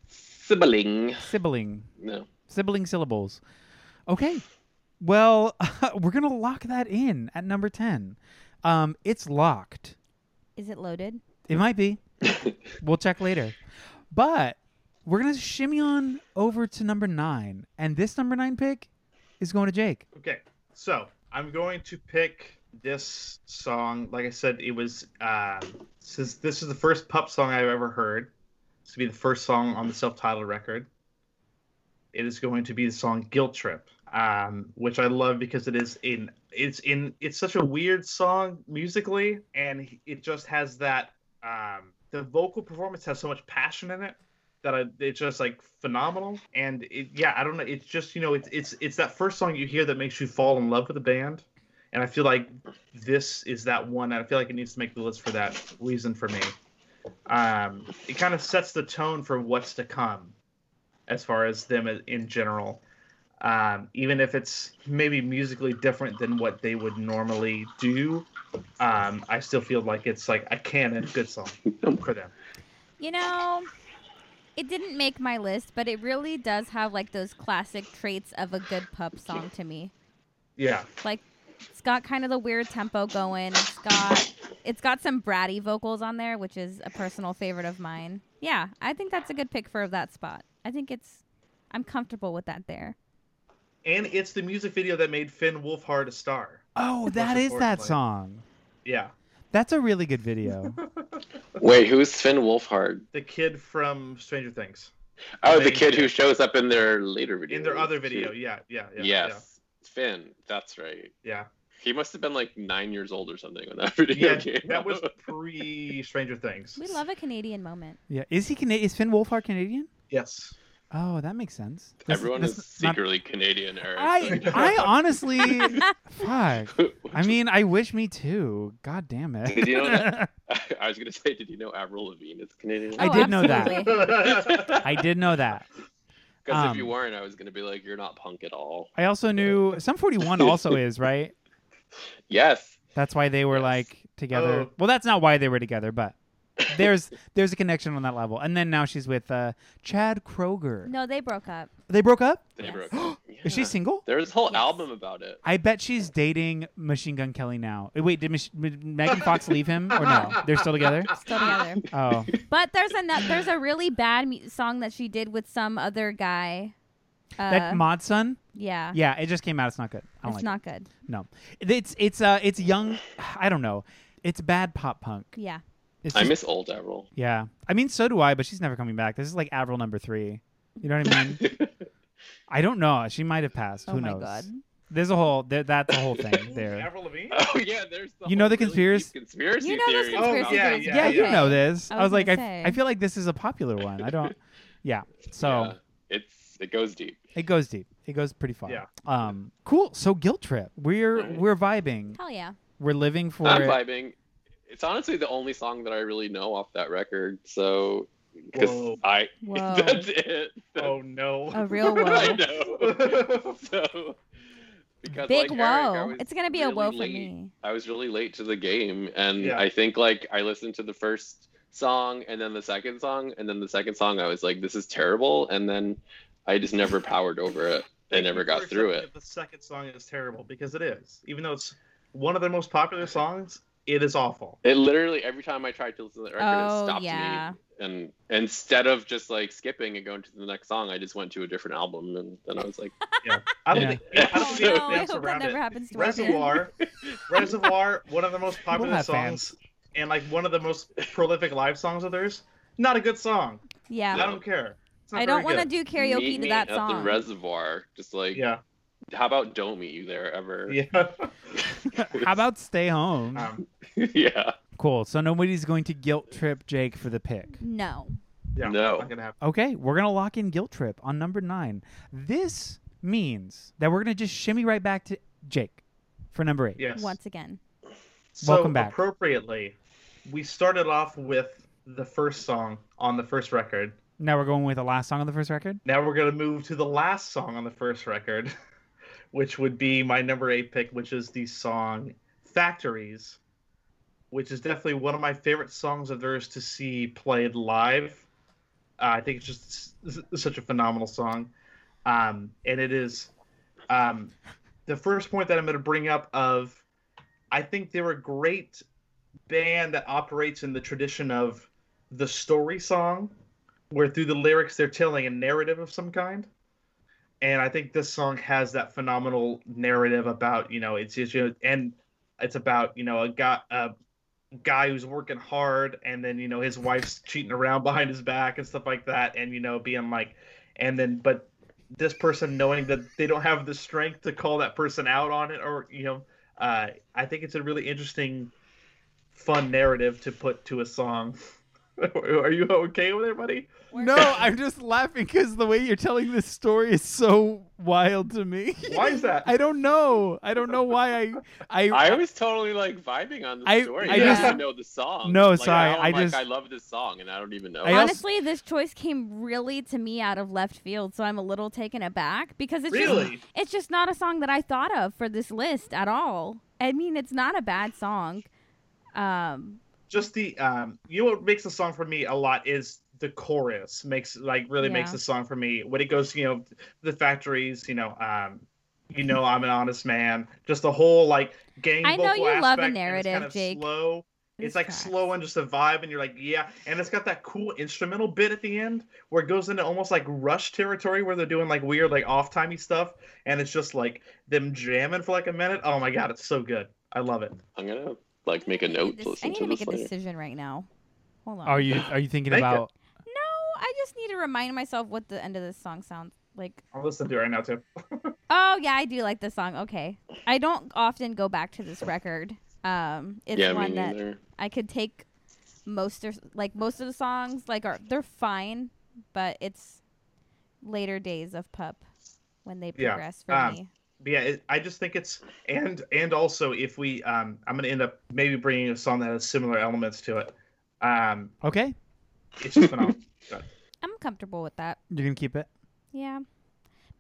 Sibling. Sibling. No. Sibling syllables. Okay. Well, we're going to lock that in at number 10. Um, it's locked. Is it loaded? It might be. we'll check later. But we're going to shimmy on over to number nine. And this number nine pick is going to Jake. Okay, so I'm going to pick this song. Like I said, it was um, since this is the first pup song I've ever heard. This will be the first song on the self-titled record. It is going to be the song "Guilt Trip," um, which I love because it is in it's in it's such a weird song musically, and it just has that um, the vocal performance has so much passion in it that I, it's just like phenomenal. And it, yeah, I don't know. It's just you know, it's it's it's that first song you hear that makes you fall in love with the band, and I feel like this is that one. And I feel like it needs to make the list for that reason for me. Um, it kind of sets the tone for what's to come, as far as them in- in general. Um, even if it's maybe musically different than what they would normally do, um, I still feel like it's like a canon good song for them. You know, it didn't make my list, but it really does have like those classic traits of a good pup song to me. Yeah. Like it's got kind of the weird tempo going. It's got it's got some bratty vocals on there, which is a personal favorite of mine. Yeah, I think that's a good pick for that spot. I think it's I'm comfortable with that there. and it's the music video that made Finn Wolfhard a star. Oh, that That's is that important. song. Yeah, That's a really good video. Wait, who's Finn Wolfhard? the kid from Stranger Things Oh, the Amazing. kid who shows up in their later video. in their other video. Yeah, yeah, yeah. yes. Finn. That's right. yeah, He must have been like nine years old or something when that video yeah. yeah came that was out. pre Stranger Things. We love a Canadian moment. yeah. Is he Canadian? Is Finn Wolfhard Canadian? Yes. Oh, that makes sense. That's- Everyone that's is not- secretly Canadian, Eric. I, I honestly, fuck. I mean, I wish me too. God damn it. Did you know that? I was gonna say, did you know Avril Lavigne is Canadian? I Oh, did know that. absolutely. I did know that. Because if Um, you weren't, I was gonna be like, you're not punk at all. I also knew some 41 also is, right? Yes. That's why they were Yes. like together. Oh. Well, that's not why they were together, but there's there's a connection on that level. And then now she's with uh, Chad Kroger. No, they broke up. They broke up? They Yes. broke up. Is she Yeah. single? There was a whole Yes. album about it. I bet she's dating Machine Gun Kelly now. Uh, Wait, did Mich- M- Megan Fox leave him or no? They're still together? Still together. Oh. But there's a nu- there's a really bad mu- song that she did with some other guy. Uh, that Mod Son? yeah, Yeah, it just came out. It's not good. I don't Uh-huh. like it's it. not good. No, it's it's uh it's young. I don't know. It's bad pop punk. Yeah, It's I just- miss old Avril. yeah. I mean, so do I. But she's never coming back. This is like Avril number three. You know what I mean? Oh, I don't know. She might have passed. Oh Who my knows? God. There's a whole there, that's a whole thing there. Avril Lavigne. Oh yeah, there's the You know whole the really conspiracy- deep conspiracy You know those theory. conspiracy Oh, yeah, theories. Yeah, yeah, you yeah. know this. I I was, was like, I, gonna f- say. I feel like this is a popular one. I don't. Yeah. So Yeah, it's it goes deep. it goes deep. It goes pretty far. Yeah. Um. Cool. So guilt trip. We're Alright. we're vibing. Hell yeah. We're living for Mm-hmm. I'm it. vibing. It's honestly the only song that I really know off that record. So because Whoa. I Whoa. that's it. Oh no. A real I whoa. know. So because Big like, Eric, whoa. I was, it's gonna be a really whoa for late. me. I was really late to the game, and Yeah. I think like I listened to the first song and then the second song and then the second song. I was like, this is terrible, and then I just never powered over it. I never got Your through perception it. of The second song is terrible because it is, even though it's one of their most popular songs. It is awful. It literally every time I tried to listen to the record, Oh, it stopped yeah. me. And instead of just like skipping and going to the next song, I just went to a different album, and then I was like, I don't Yeah. think. I don't Oh think no, they I dance hope that around never it. happens to our band. Reservoir, Reservoir, one of the most popular have songs, and like one of the most prolific live songs of theirs. Not a good song. Yeah. I don't care. It's not I don't very want to good. do karaoke "Meet to me that at song. the reservoir." Just like, Yeah, how about "Don't Meet You There" ever? yeah. How about stay home? Uh, Um, yeah. Cool. So nobody's going to guilt trip Jake for the pick. no. yeah. No. Not gonna happen. Okay, we're gonna lock in Guilt Trip on number nine. This means that we're gonna just shimmy right back to Jake for number eight. Yes. Once again. So Welcome back. appropriately, we started off with the first song on the first record. Now we're going with the last song on the first record. Now we're gonna move to the last song on the first record, which would be my number eight pick, which is the song "Factories," which is definitely one of my favorite songs of theirs to see played live. Uh, I think it's just s- s- such a phenomenal song, um, and it is um, the first point that I'm going to bring up. Of, I think they're a great band that operates in the tradition of the story song, where through the lyrics they're telling a narrative of some kind. And I think this song has that phenomenal narrative about you know it's just you know, and it's about you know a guy a guy who's working hard and then you know his wife's cheating around behind his back and stuff like that and you know being like and then but this person knowing that they don't have the strength to call that person out on it or you know uh, i think it's a really interesting fun narrative to put to a song are you okay with it buddy No, I'm just laughing because the way you're telling this story is so wild to me. why is that I don't know. I don't know why I I, I was totally like vibing on the I- story. I I, didn't just- even know the song. No, Like, sorry, now I I'm like, just- I love this song, and I don't even know. I also- Honestly, this choice came really to me out of left field, so I'm a little taken aback because it's just, really it's just not a song that I thought of for this list at all. I mean, it's not a bad song. Um, just the um you know what makes the song for me a lot is the chorus makes like really makes Yeah. the song for me when it goes you know the factories you know um you know i'm an honest man just the whole like gang I know vocal you love a aspect, and it's narrative, kind of Jake. slow this it's like tracks. slow and just a vibe and you're like yeah and it's got that cool instrumental bit at the end where it goes into almost like rush territory where they're doing like weird like off-timey stuff and it's just like them jamming for like a minute oh my god it's so good i love it I'm gonna like make a note to I listen need to to make this a later. decision right now. Hold on. are you are you thinking Make it. about No, I just need to remind myself what the end of this song sounds like. i'll listen to it right now too Oh yeah, I do like this song. Okay, I don't often go back to this record. Um, it's yeah, me one that neither. I could take most of like most of the songs like are they're fine, but it's later days of pup when they Yeah, progress um, for me. But yeah, it, I just think it's and and also if we um I'm gonna end up maybe bringing a song that has similar elements to it. Um, Okay. it's just phenomenal. I'm comfortable with that. You're gonna keep it? Yeah.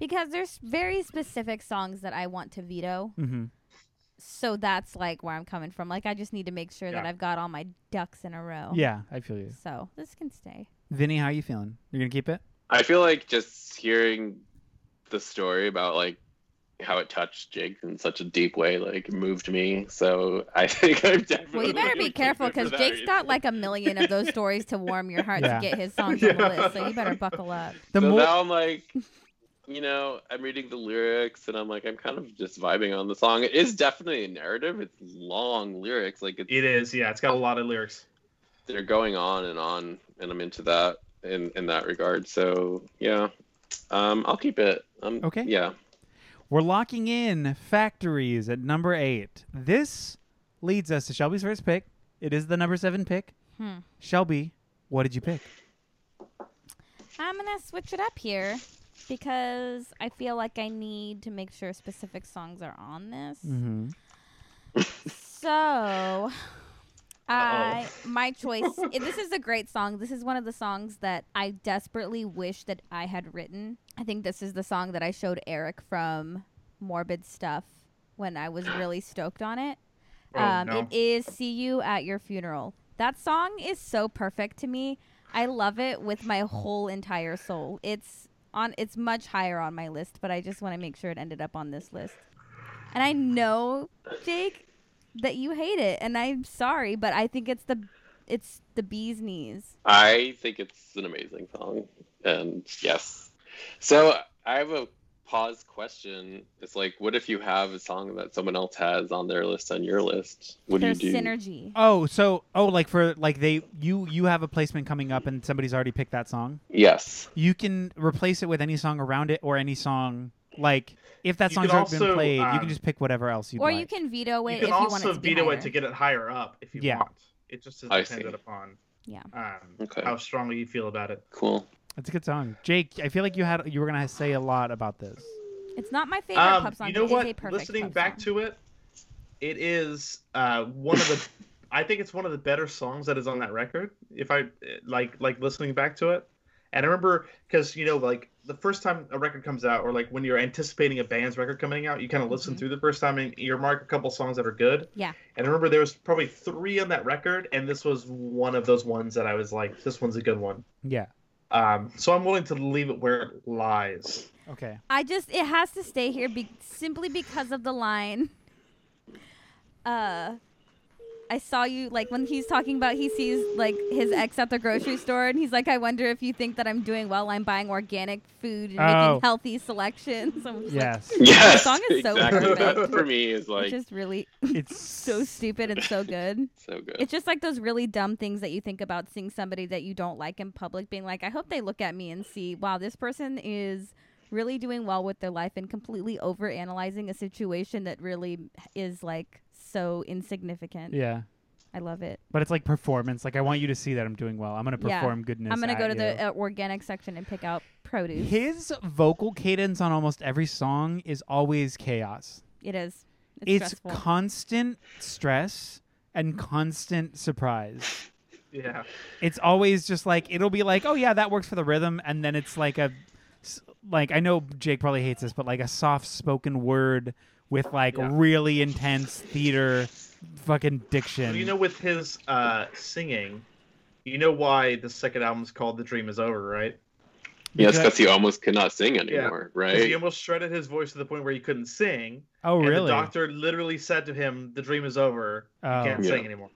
Because there's very specific songs that I want to veto. Mm-hmm. So that's like where I'm coming from. Like I just need to make sure that Yeah. I've got all my ducks in a row. Yeah, I feel you. So this can stay. Vinny, how you feeling? You're gonna keep it? I feel like just hearing the story about like how it touched Jake in such a deep way, like moved me. So I think I'm definitely. Well, you better gonna be keep careful it for because that Jake's reason. got like a million of those stories to warm your heart Yeah. to get his songs on the Yeah. list. So you better buckle up. The so more now I'm like, you know, I'm reading the lyrics and I'm like, I'm kind of just vibing on the song. It is definitely a narrative. It's long lyrics, like it's, It is, yeah. It's got a lot of lyrics. they're going on and on, and I'm into that in in that regard. So yeah, um, I'll keep it. Um, Okay. Yeah. We're locking in factories at number eight. This leads us to Shelby's first pick. It is the number seven pick. Hmm. Shelby, what did you pick? I'm gonna switch it up here because I feel like I need to make sure specific songs are on this. Mm-hmm. So, I my choice. i- this is a great song. This is one of the songs that I desperately wish that I had written. I think this is the song that I showed Eric from Morbid Stuff when I was really stoked on it. Oh, um, no. It is "See You at Your Funeral." That song is so perfect to me. I love it with my whole entire soul. It's on. It's much higher on my list, but I just want to make sure it ended up on this list. And I know, Jake, that you hate it, and I'm sorry, but I think it's the it's the bee's knees. I think it's an amazing song, and yes. So I have a pause question. It's like, what if you have a song that someone else has on their list on your list? What There's do you do? synergy. Oh, so oh, like for like they you you have a placement coming up and somebody's already picked that song. Yes. You can replace it with any song around it or any song like if that You song's can already been also, played, you can um, just pick whatever else you Or like. you can veto it You can if you want also it to be veto higher. it to get it higher up if you Yeah. want. It just is I dependent see. upon Yeah. um, Okay. how strongly you feel about it. Cool. That's a good song, Jake. I feel like you had you were gonna say a lot about this. It's not my favorite Um, pop song. you but know it's a what? perfect Listening pop back song. to it, it is uh, one of the. I think it's one of the better songs that is on that record. If I like, like listening back to it, and I remember because you know, like the first time a record comes out, or like when you're anticipating a band's record coming out, you kind of listen Mhm. through the first time and earmark a couple songs that are good. Yeah. And I remember there was probably three on that record, and this was one of those ones that I was like, this one's a good one. Yeah. Um, so I'm willing to leave it where it lies. Okay. I just it has to stay here be- simply because of the line. Uh, I saw you like when he's talking about he sees like his ex at the grocery store and he's like, I wonder if you think that I'm doing well. I'm buying organic food and Oh. making healthy selections. I'm just like, Yes. Yes, song is so exactly. That perfect. for me is it's like just really It's so stupid and so good. so good. It's just like those really dumb things that you think about seeing somebody that you don't like in public, being like, I hope they look at me and see, wow, this person is really doing well with their life and completely overanalyzing a situation that really is like so insignificant. Yeah. I love it. But it's like performance. Like I want you to see that I'm doing well. I'm gonna Yeah. perform goodness. I'm going to at go to you. the uh, organic section and pick out produce. His vocal cadence on almost every song is always chaos. It is. It's, It's, stressful. constant stress and constant surprise. Yeah. It's always just like it'll be like, "Oh yeah, that works for the rhythm," and then it's like a s- like I know Jake probably hates this, but like a soft spoken word with like Yeah. really intense theater fucking diction. You know, with his uh, singing, you know why the second album's called "The Dream Is Over," right? yeah, it's because- because he almost could not sing anymore, Because he right? almost shredded his voice to the point where he couldn't sing. oh and really? The doctor literally said to him, "The dream is over. Oh. You can't Yeah. sing anymore."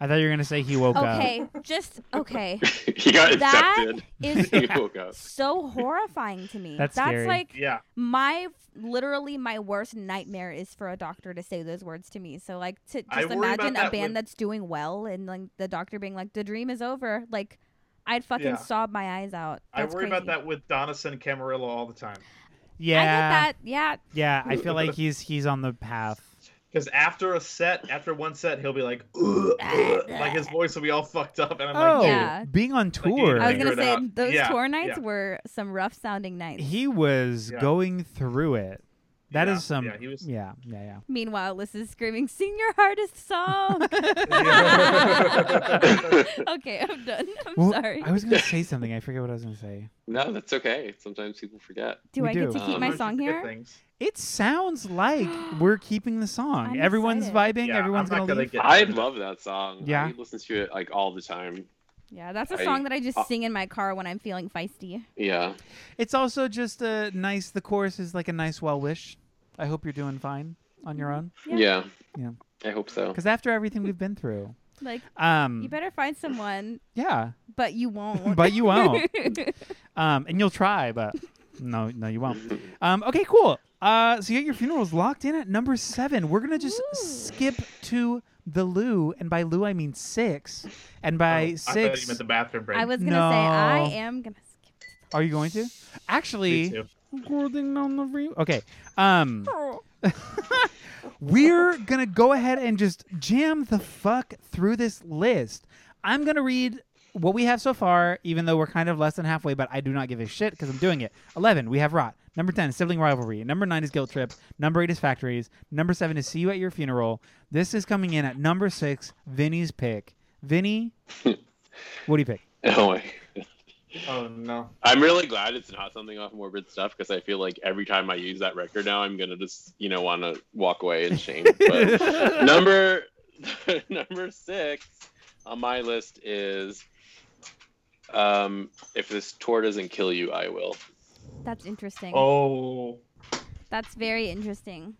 I thought you were gonna say he woke up. okay. Just okay. he got that infected. is he woke up. so horrifying to me. That's scary. like Yeah. my literally my worst nightmare is for a doctor to say those words to me. So like to I just worry about imagine a that band when- that's doing well and like the doctor being like the dream is over. Like I'd fucking Yeah. sob my eyes out. That's I worry about crazy. that with Donison Camarillo all the time. Yeah. I get that. Yeah. Yeah, I feel like he's he's on the path. Because after a set, after one set, he'll be like, "Ugh, ugh," like his voice will be all fucked up, and I'm like, oh, dude, Yeah. being on tour. I I was gonna figure it say out. those Yeah, tour nights yeah. were some rough sounding nights. he was Yeah. going through it. That is Yeah, some. Yeah, yeah, he was- yeah, yeah, Meanwhile, Liz is screaming, "Sing your hardest song." okay, I'm done. I'm Well, sorry. I was gonna say something. I forget what I was gonna say. No, that's okay. Sometimes people forget. do we I do. get to keep my sometimes you song forget here? things. It sounds like we're keeping the song. I'm Everyone's excited. vibing. Yeah, everyone's I'm not gonna, gonna leave. get- I love that song. Yeah. I listen to it like all the time. Yeah, that's a I- song that I just uh, sing in my car when I'm feeling feisty. Yeah. It's also just a nice. The chorus is like a nice well wish. I hope you're doing fine on your Mm-hmm. own. Yeah. Yeah. Yeah. I hope so. Because after everything we've been through, Like, um, you better find someone, yeah, but you won't. but you won't. um, and you'll try, but no, no, you won't. Um, okay, cool. Uh, so you got your funerals locked in at number seven. We're gonna just Ooh. skip to the loo, and by loo I mean six. And by Oh, six, I thought you meant the bathroom break. I was gonna say I No. am gonna skip. are you going to? Me Actually, too. recording on the re- okay. Um, we're gonna go ahead and just jam the fuck through this list. I'm gonna read what we have so far, even though we're kind of less than halfway, but I do not give a shit because I'm doing it. 11, we have Rot. Number 10 is Sibling Rivalry. Number 9 is Guilt Trip. Number 8 is Factories. Number 7 is See You at Your Funeral. This is coming in at number 6, Vinny's pick. Vinny, what do you pick? Oh, my. Oh no. I'm really glad it's not something off Morbid stuff because I feel like every time I use that record now, I'm gonna just you know want to walk away in shame. But number number six on my list is um, if this tour doesn't kill you, I will. That's interesting. Oh. That's very interesting.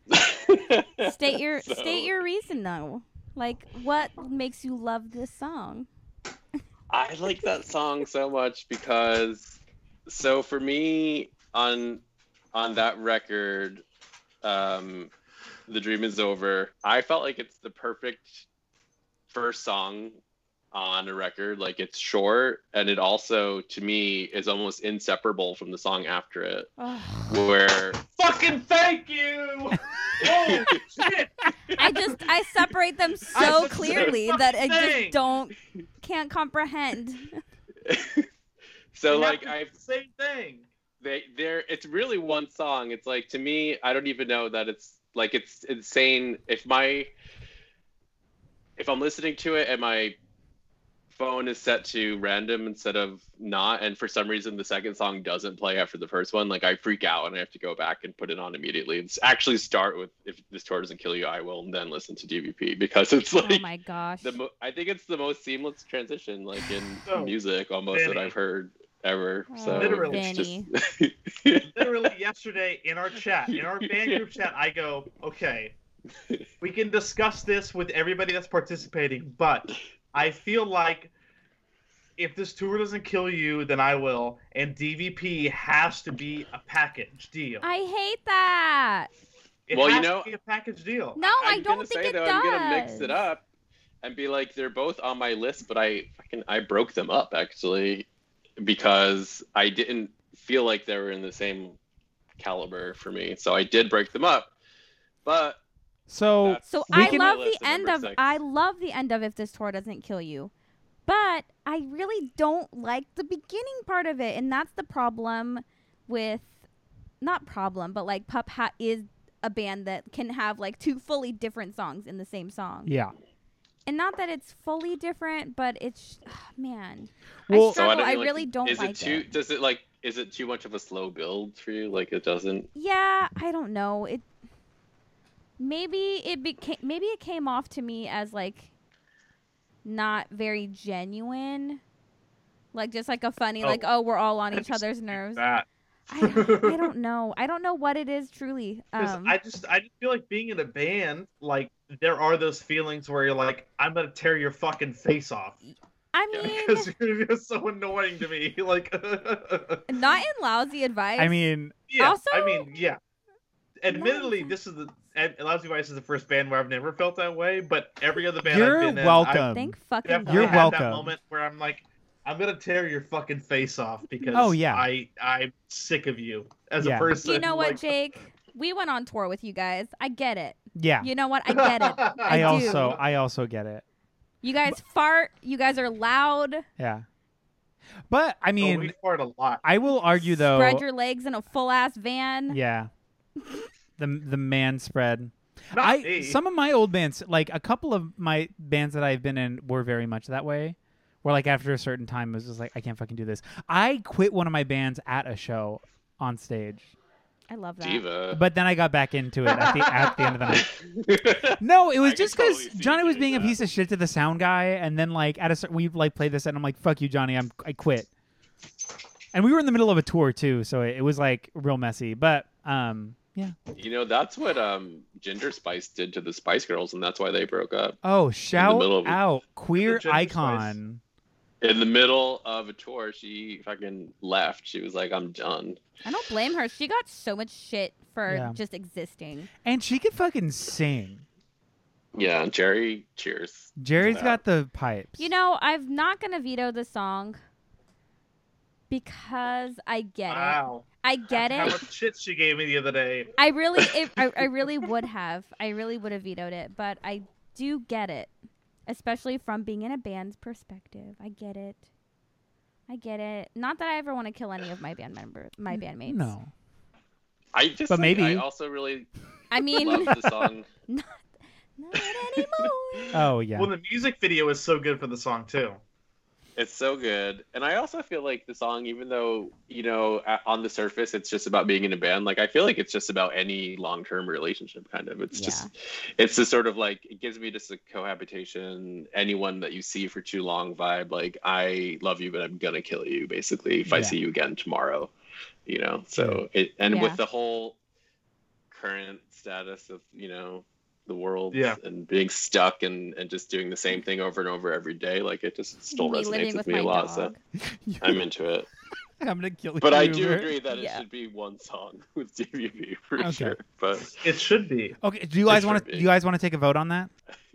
State your So- state your reason though. Like, what makes you love this song? I like that song so much because so for me on on that record um The Dream is Over, I felt like it's the perfect first song on a record like it's short and it also to me is almost inseparable from the song after it Ugh. where Fucking thank you. oh shit. I just I separate them so said the clearly fucking that I thing. just don't can't comprehend. so You have like to I do the same thing. they they're it's really one song it's like to me i don't even know that it's like it's insane if my if i'm listening to it and my phone is set to random instead of not and for some reason the second song doesn't play after the first one like i freak out and i have to go back and put it on immediately it's actually start with if this tour doesn't kill you i will and then listen to dvp because it's Oh like my gosh. the mo- i think it's the most seamless transition like in So, music almost that Danny. i've heard ever. So Oh, Literally. it's just- Literally yesterday in our chat, in our fan group chat, I go, okay, we can discuss this with everybody that's participating, but I feel like if this tour doesn't kill you, then I will. And DVP has to be a package deal. I hate that. It Well, you has know- to be a package deal. No, I I'm don't gonna think say it though, does. I'm gonna mix it up and be like, they're both on my list, but I fucking I broke them up actually because I didn't feel like they were in the same caliber for me. So I did break them up. But So that's So We I can- love my the list end number of six. I love the end of if this tour doesn't kill you. But I really don't like the beginning part of it and that's the problem with not problem but like Pup Hat is a band that can have like two fully different songs in the same song. yeah, And not that it's fully different but it's ah, man. Well- So I I struggle. don't I, feel like- really don't is like it too does it like is it too much of a slow build for you? Like it doesn't Yeah, Mm-hmm. I don't know. It maybe it became maybe it came off to me as like not very genuine. Like just like a funny like oh we're all on I each other's nerves. That. I don't, I don't know. I don't know what it is truly. 'Cause Um, I just I just feel like being in a band, like there are those feelings where you're like, I'm gonna tear your fucking face off I yeah, mean, because you're just so annoying to me. Like, not in lousy advice. I mean, yeah, Also- I mean, yeah. Admittedly, Nice. this is the and Lousy Vice is the first band where I've never felt that way, but every other band I've you're been in, welcome. thank I've fucking definitely um, You're had God. welcome. That moment where I'm like, I'm gonna tear your fucking face off because Oh, yeah. I I'm sick of you as Yeah. a person. You know what, uh, like- Jake? We went on tour with you guys. I get it. yeah, You know what? I get it. I, I do. also I also get it. You guys fart. You guys are loud. Yeah, but I Oh, mean, we fart a lot. I will argue though. Spread your legs in a full ass van. yeah, the the man spread. Not I me. some of my old bands, like a couple of my bands that I've been in, were very much that way. Where like after a certain time, it was just like I can't fucking do this. I quit one of my bands at a show on stage, I love that. diva. but then I got back into it at the, at the end of the night. No, it was I just could because totally see Johnny you was doing being a that. piece of shit to the sound guy, and then like at a certain, we like played this, and I'm like, "Fuck you, Johnny, I'm I quit." And we were in the middle of a tour too, so it, it was like real messy. But um, yeah. you know, that's what um Ginger Spice did to the Spice Girls and that's why they broke up. Oh, shout middle of- out queer Ginger Spice. icon. In the middle of a tour, she fucking left. She was like, I'm done. I don't blame her. She got so much shit for Yeah. just existing. And she could fucking sing. Yeah, Jerry, cheers. Jerry's Yeah. got the pipes. You know, I'm not gonna veto the song because I get Ah. it. Wow. I get How it. much shit she gave me the other day. I really, it, I, I really would have. I really would have vetoed it, but I do get it, especially from being in a band's perspective. I get it. I get it. Not that I ever want to kill any of my band members, my bandmates. No. I just But like, maybe- I also really I mean, love not the song. anymore. Oh yeah. Well, the music video is so good for the song too. It's so good. And I also feel like the song, even though, you know, a- on the surface, it's just about being in a band, like, I feel like it's just about any long term relationship, kind of. It's just, it's just sort of like, it gives me just a cohabitation, anyone that you see for too long vibe. Like, I love you, but I'm going to kill you, basically, if I Yeah. see you again tomorrow, you know? So, it, and Yeah. with the whole current status of, you know, the world Yeah. and being stuck and, and just doing the same thing over and over every day like it just still me resonates living with, with me my a lot so dog. I'm into it. I'm gonna kill you. But I do Uber. agree that it Yeah. should be one song with DVB for Okay. sure. But It should be. Okay. Do you guys It want should to? be. Do you guys want to take a vote on that?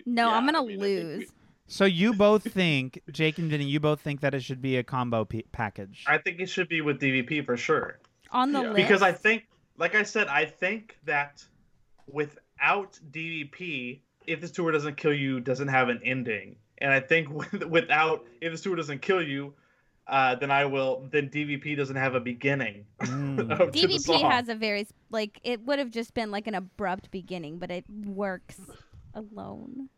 No, Yeah, I'm gonna I mean, I think we- lose. So you both think Jake and Vinny, you both think that it should be a combo p- package. I think it should be with DVP for sure. on the Yeah. list Because I think, like I said, I think that without DVP, if this tour doesn't kill you, doesn't have an ending. And I think with, without if this tour doesn't kill you, uh, then I will. Then DVP doesn't have a beginning. Mm. to the DVP song. has a very s- like it would have just been like an abrupt beginning, but it works alone.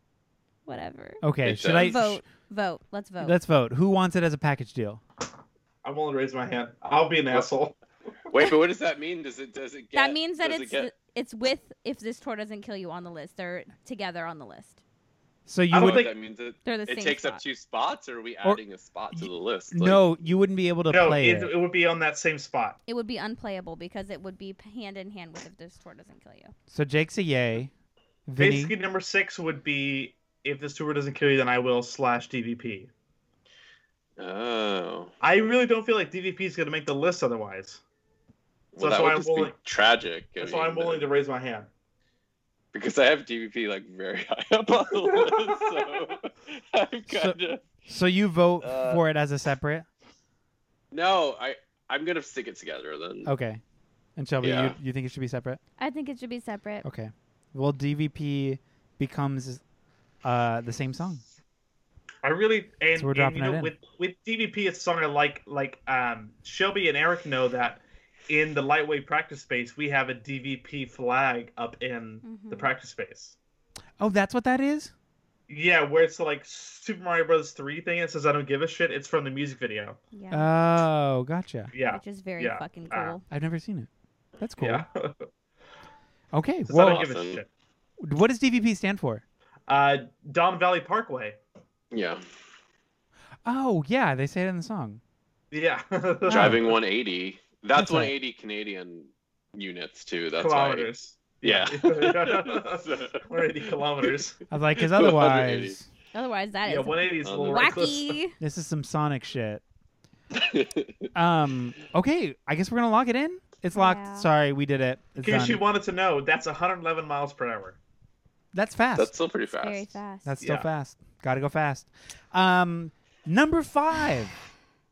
Whatever. Okay. It should I Vote, vote. Let's vote. Let's vote. Who wants it as a package deal? I won't raise my hand. I'll be an asshole. Wait, but what does that mean? Does it does it get that means that does it's it get, it's with if this tour doesn't kill you on the list. They're together on the list. So you I don't would What think- that means it, They're the it same takes up spot. two spots, or are we Or- adding a spot to y- the list? Like, no, you wouldn't be able to No, play it, it. it would be on that same spot. It would be unplayable because it would be p- hand in hand with if this tour doesn't kill you. So Jake's a yay. Vinny, Basically, number six would be if this tour doesn't kill you, then I will slash DVP. Oh. I really don't feel like DVP is going to make the list otherwise. Well, that's that why would I'm just willing- be tragic. I That's why I'm mean, willing to raise my hand. Because I have DVP like very high up on the list, so I'm So- kind of so you vote Uh, for it as a separate? no. I I'm gonna stick it together then. Okay. And Shelby, Yeah. you, you think it should be separate? I think it should be separate. Okay. Well, DVP becomes uh, the same song. I really and, So we're and, dropping you that know in. with with DVP, it's a song I like. Like um, Shelby and Eric know that in the lightweight practice space, we have a DVP flag up in the Mhm. practice space. Oh, that's what that is? Yeah, where it's like Super Mario Bros. Three thing. It says I don't give a shit. It's from the music video. Yeah. Oh, gotcha. Yeah, which is very yeah, fucking Ah. uh, cool. I've never seen it. That's cool. yeah. Okay. Says, I Well, don't give a Awesome. shit. what does DVP stand for? Uh, Don Valley Parkway. Yeah. Oh, yeah. They say it in the song. Yeah. Driving 180. That's, That's right. 180 Canadian units too. That's why. kilometers. Yeah. One eighty kilometers. I was like, because 280. otherwise, Otherwise, that is Yeah, one eighty is a little reckless. wacky. this is some Sonic shit. Um. Okay. I guess we're gonna lock it in. It's locked. Yeah. Sorry, we did it. In It's case done. you wanted to know, that's 111 miles per hour. That's fast. That's still pretty It's fast. Very fast. That's still Yeah. fast. Gotta go fast. Um, number five.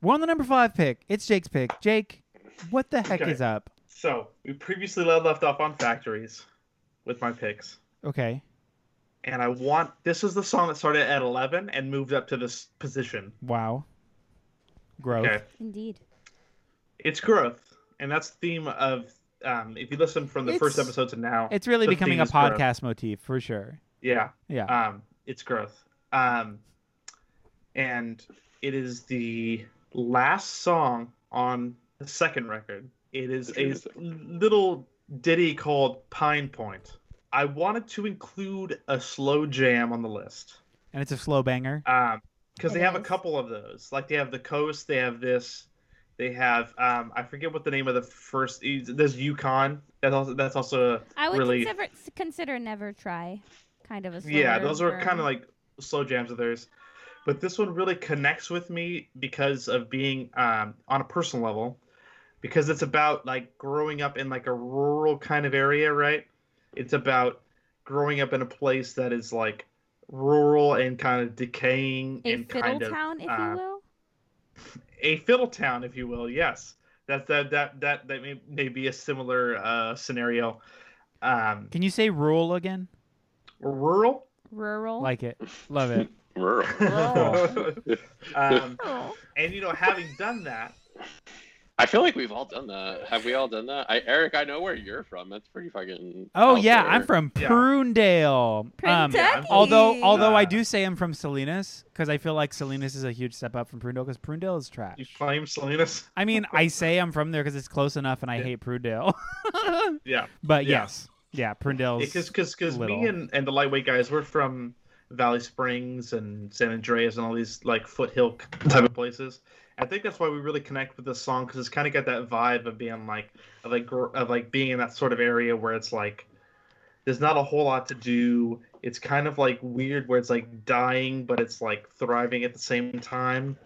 We're on the number five pick. It's Jake's pick. Jake, what the heck Okay. is up? So we previously left off on factories with my picks, Okay. and I want this is the song that started at 11 and moved up to this position. Wow. Growth. Okay, Indeed. it's growth, and that's the theme of um, if you listen from the first It's- episode to now. It's really the becoming theme a is growth. podcast motif for sure. Yeah, Yeah. um, it's growth, um, and it is the last song on the second record. It is Which a is- little ditty called Pine Point. I wanted to include a slow jam on the list and it's a slow banger. because they It have a is. couple of those. Like they have the coast, they have this, they have um, I forget what the name of the first. There's Yukon. That's also that's also I would really consider, consider never try kind of a yeah slower those are kind burn. of like slow jams of theirs but this one really connects with me because of being um, on a personal level because it's about like growing up in like a rural kind of area right it's about growing up in a place that is like rural and kind of decaying a and fiddle kind of town, if uh, you will. a fiddle town if you will yes that that that that, that may, may be a similar uh, scenario um, Can you say rule again? rural Rural. Like it. Love it. Rural. Rural. um, Rural. And you know, having done that, I feel like we've all done that. Have we all done that? I, Eric, I know where you're from. That's pretty fucking. Oh out yeah, there. I'm from Yeah. Prunedale. Um, yeah, Kentucky. I'm- although although I Uh, do say I'm from Salinas because I feel like Salinas is a huge step up from Prunedale because Prunedale is trash. you claim Salinas. I mean, I say I'm from there because it's close enough, and I Yeah. hate Prudel. Yeah, but Yeah. yes, yeah, Prudel. because because because little. me and and the lightweight guys, we're from Valley Springs and San Andreas and all these like foothill type of places. I think that's why we really connect with this song because it's kind of got that vibe of being like of like gr- of like being in that sort of area where it's like there's not a whole lot to do. It's kind of like weird where it's like dying, but it's like thriving at the same time.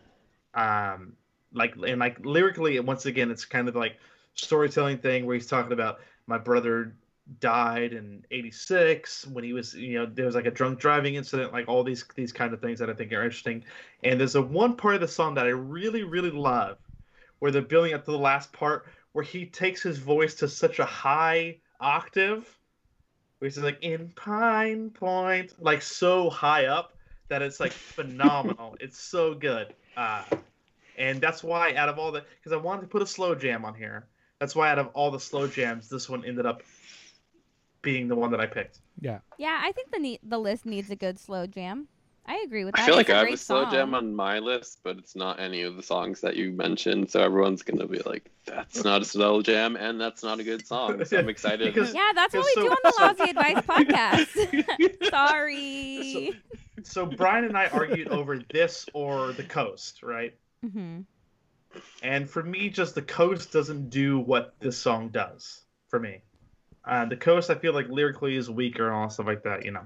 Um, like and like lyrically, once again, it's kind of like storytelling thing where he's talking about my brother died in 86 when he was you know there was like a drunk driving incident like all these these kind of things that i think are interesting and there's a one part of the song that i really really love where they're building up to the last part where he takes his voice to such a high octave which is like in pine point like so high up that it's like phenomenal it's so good uh, and that's why out of all the because i wanted to put a slow jam on here that's why out of all the slow jams this one ended up being the one that i picked Yeah, I think the ne- the list needs a good slow jam. I agree with that. I feel It's like I have great a slow song. jam on my list, but it's not any of the songs that you mentioned. So everyone's gonna be like, "That's not a slow jam, and that's not a good song." So I'm excited. Because- Yeah, that's what we It's do so- on the Lousy Advice podcast. Sorry. so Brian and I argued over this or the coast, right? hmm And for me, just the coast doesn't do what this song does for me. Uh, the coast, I feel like lyrically is weaker and all stuff like that. You know,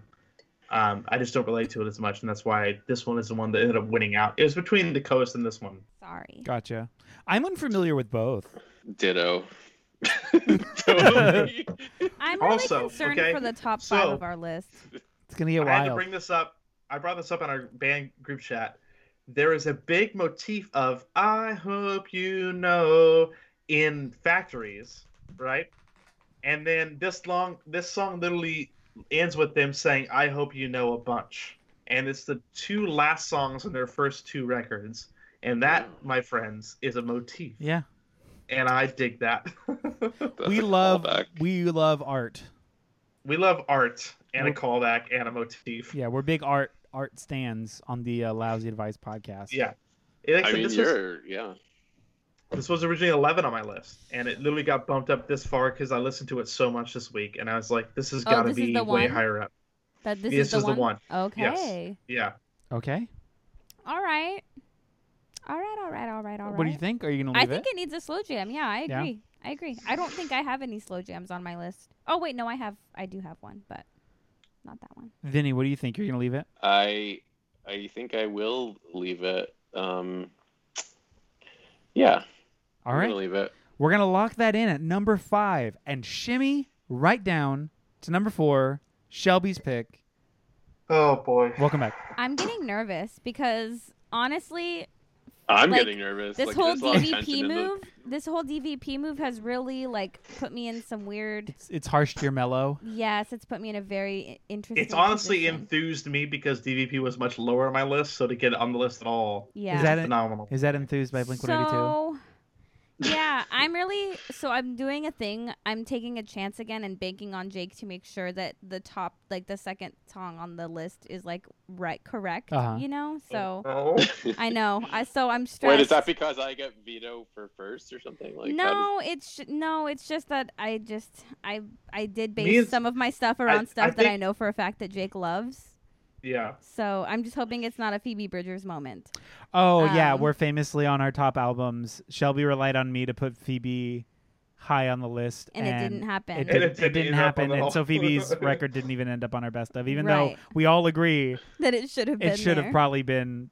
um, I just don't relate to it as much, and that's why this one is the one that ended up winning out. It was between the coast and this one. Sorry. Gotcha. I'm unfamiliar with both. Ditto. Totally. I'm really Also, concerned okay, for the top five so- of our list. It's gonna get I had to wild. bring this up. I brought this up in our band group chat. There is a big motif of "I hope you know" in factories, right? And then this long, this song literally ends with them saying "I hope you know" a bunch, and it's the two last songs on their first two records, and that, my friends, is a motif, Yeah. and I dig that. That's we a love callback. we love art. we love art and a callback and a motif. Yeah, we're big art art stands on the uh, Lousy Advice podcast. Yeah. It- I except mean, this was- you're yeah. This was originally 11 on my list, and it literally got bumped up this far because I listened to it so much this week, and I was like, this has Oh, got to this is be the way one? higher up. That this This is the is the one. one. Okay. Yeah. Okay. All right. All right. All right. All right. All right. What do you think? Are you gonna I leave think it needs a slow jam. Yeah, I Yeah. agree. I agree. I don't think I have any slow jams on my list. Oh wait, no, I have. I do have one, but not that one. Vinny, what do you think? You're gonna leave it? I I think I will leave it. Um, yeah, All I'm right. gonna leave it. We're gonna lock that in at number five and shimmy right down to number four, Shelby's pick. Oh, boy. Welcome back. I'm getting nervous because honestly, I'm Like, getting nervous. this like, whole there's a lot of tension DVP in the- move, this whole DVP move has really like put me in some weird. It's it's harsh to your mellow. Yes, it's put me in a very i- interesting. It's honestly position. enthused me because DVP was much lower on my list, so to get it on the list at all Yeah. Is that it? phenomenal. Is that enthused by Blink One Eighty Two? so, yeah, I'm really so I'm doing a thing. I'm taking a chance again and banking on Jake to make sure that the top, like the second song on the list, is like right correct. Uh-huh. You know, so Oh, I know. I so I'm stressed. Wait, is that because I get veto for first or something? Like how does- no, it's sh- no, it's just that I just I I did Me base is- some of my stuff around I stuff that I think- know for a fact that Jake loves. yeah. So I'm just hoping it's not a Phoebe Bridgers moment. Oh yeah, Um, we're famously on our top albums. Shelby relied on me to put Phoebe high on the list, And it didn't happen. It, And it did, didn't not end up on happen, the and whole- so Phoebe's record didn't even end up on our best of, even though Right. we all agree That it should have been. it should have there. probably been.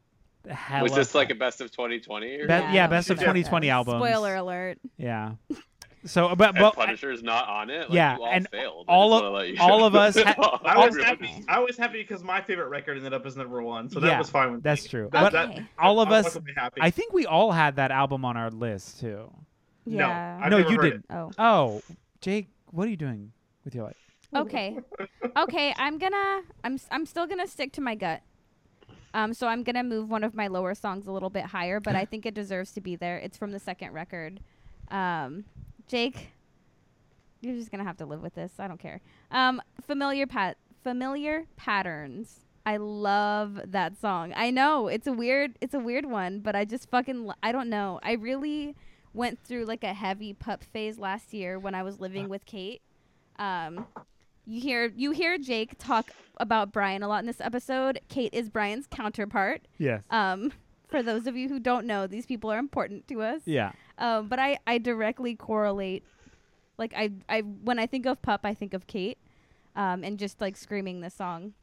Hella was this like a best of 2020? Or Be- Yeah. yeah, best of Yeah. 2020 albums. Spoiler alert. Yeah. So, but, and but Punisher's not on it. Like, Yeah, you all and failed. all I of- just wanna let you all know. of us had- I was Everyone- happy. I was happy because my favorite record ended up as number one, so that Yeah, was fine with that's me. true. That- But that- Okay. all I of us, wasn't happy. I think we all had that album on our list too. No, Yeah. I've no, never you heard it. didn't. Oh. Oh, Jake, what are you doing with your life? Okay. okay, I'm gonna I'm s- I'm still gonna stick to my gut. Um so I'm gonna move one of my lower songs a little bit higher, but I think it deserves to be there. It's from the second record. Um Jake, you're just gonna have to live with this. I don't care. Um familiar pat familiar patterns. I love that song. I know it's a weird it's a weird one, but I just fucking lo- I don't know. I really went through like a heavy pup phase last year when I was living with Kate. Um, you hear you hear Jake talk about Brian a lot in this episode. Kate is Brian's counterpart. Yes. Um, for those of you who don't know, these people are important to us. Yeah. Um, but I, I directly correlate, like I, I when I think of pup, I think of Kate, um, and just like screaming this song,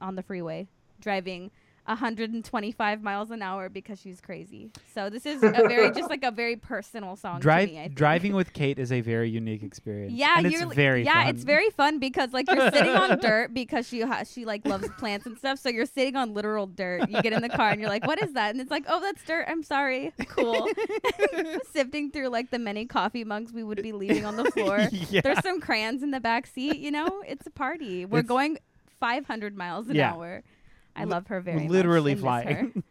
on the freeway, driving 125 miles an hour because she's crazy. So this is a very just like a very personal song. Drive to me, I think. driving with Kate is a very unique experience. Yeah, and it's you're, very yeah, fun. it's very fun because like you're sitting on dirt because she ha- she like loves plants and stuff. So you're sitting on literal dirt. You get in the car and you're like, "What is that?" And it's like, "Oh, that's dirt. I'm sorry." Cool. Sifting through like the many coffee mugs we would be leaving on the floor. yeah. There's some crayons in the back seat. You know, it's a party. We're It's- going 500 miles an Yeah. hour. I Li- love her very much literally and miss flying. her.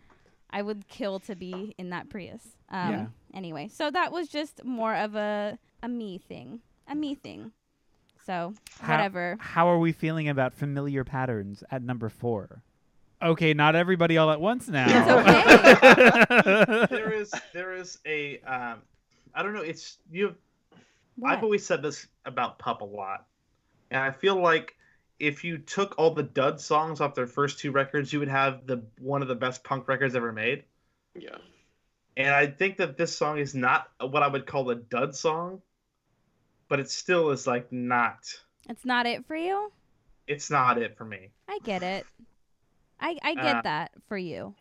I would kill to be in that Prius. Um, Yeah. Anyway, so that was just more of a a me thing, a me thing. So How- whatever. How are we feeling about familiar patterns at number four? Okay, not everybody all at once now. there is there is a um, I don't know. It's you. What? I've always said this about Pup a lot, and I feel like if you took all the dud songs off their first two records, you would have the one of the best punk records ever made. Yeah. And I think that this song is not what I would call a dud song, but it still is like not. It's not it for you. It's not it for me. I get it. I I get Uh, that for you.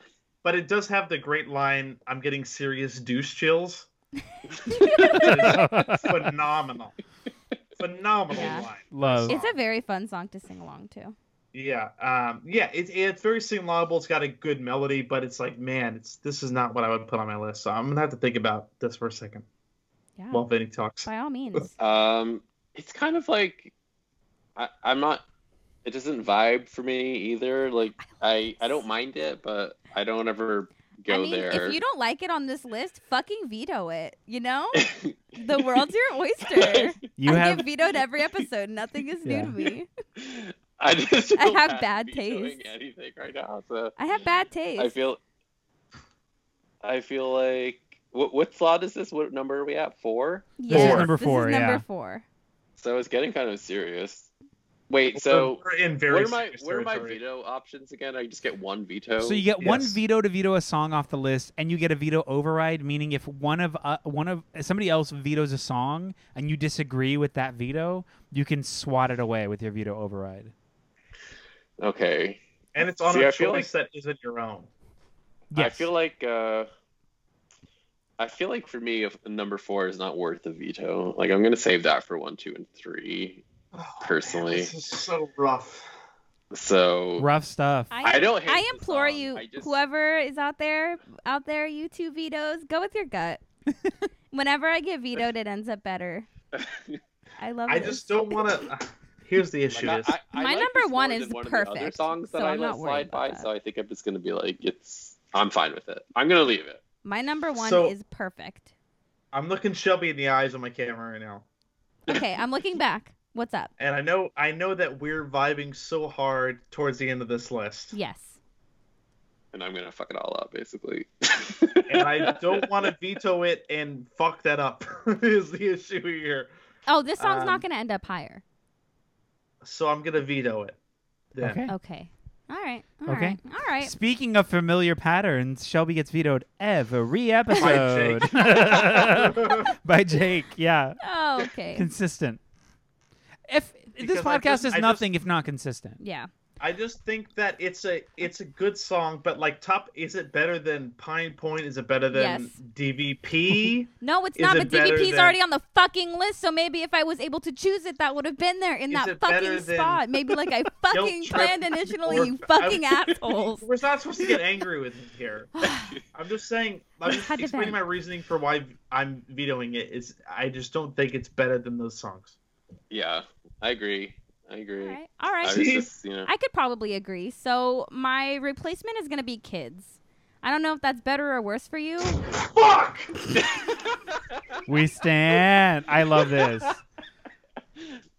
But it does have the great line, "I'm getting serious douche chills." Phenomenal, phenomenal Yeah. line. Love. It's a very fun song to sing along to. Yeah, um, yeah, it, it's very sing logical. It's got a good melody, but it's like, man, it's this is not what I would put on my list. So I'm gonna have to think about this for a second Yeah. while Vinny talks. by all means. Um, it's kind of like I, I'm not. It doesn't vibe for me either. Like I, I don't mind it, but I don't ever go I mean, there. if you don't like it on this list, fucking veto it. You know, the world's your oyster. You I have get vetoed every episode. Nothing is new Yeah. to me. I just. I don't have to bad be doing taste. Anything right now, so I have bad taste. I feel. I feel like what what slot is this? What number are we at? Four. This is Yes, number four, This is number yeah. four. So it's getting kind of serious. Wait, so we're in what very are my serious what are my territory. veto options again? I just get one veto. So you get one Yes. veto to veto a song off the list, and you get a veto override, meaning if one of uh, one of somebody else vetoes a song and you disagree with that veto, you can swat it away with your veto override. okay. and it's on See, a I choice feel that isn't your own. I Yes. feel like uh, I feel like for me, if number four is not worth a veto. Like I'm gonna save that for one, two, and three. Personally. Oh, this is so rough. So rough stuff. I don't hate I this implore song. you, um, I just- whoever is out there, out there, you two vetoes, go with your gut. Whenever I get vetoed, it ends up better. I love. I this. just don't want to. Here's the issue: like, is I, I, I My like number this one more is than one of the other perfect, songs that so I I'm let not worried slide about by, that. so I think I'm just gonna be like, it's. I'm fine with it. I'm gonna leave it. My number one So- is perfect. I'm looking Shelby in the eyes on my camera right now, Okay, I'm looking back. What's up? and I know I know that we're vibing so hard towards the end of this list, Yes. and I'm gonna fuck it all up basically. and I don't want to veto it and fuck that up. is the issue here? Oh, this song's Um, not going to end up higher. So I'm gonna veto it. Then. Okay. Okay. All right. All Okay. right. All right. Speaking of familiar patterns, Shelby gets vetoed every By episode by Jake. Yeah, Oh, okay. consistent. If this Because I podcast just- I is just- nothing if not consistent. Yeah. I just think that it's a it's a good song, but like top is it better than Pine Point? Is it better Yes. than DVP? No, it's Is not, it but better DVP's than- already on the fucking list, so maybe if I was able to choose it, that would have been there in Is that it better fucking than spot. Maybe like I fucking Trip planned initially, or- you fucking I- assholes. We're not supposed to get angry with him here. I'm just saying. I'm just Had to explaining my vent. reasoning for why I'm vetoing it. Is I just don't think it's better than those songs. yeah, I agree. I All agree. right. All right. I was see. just, you know, I could probably agree. So my replacement is going to be kids. I don't know if that's better or worse for you. Fuck! We stand. I love this.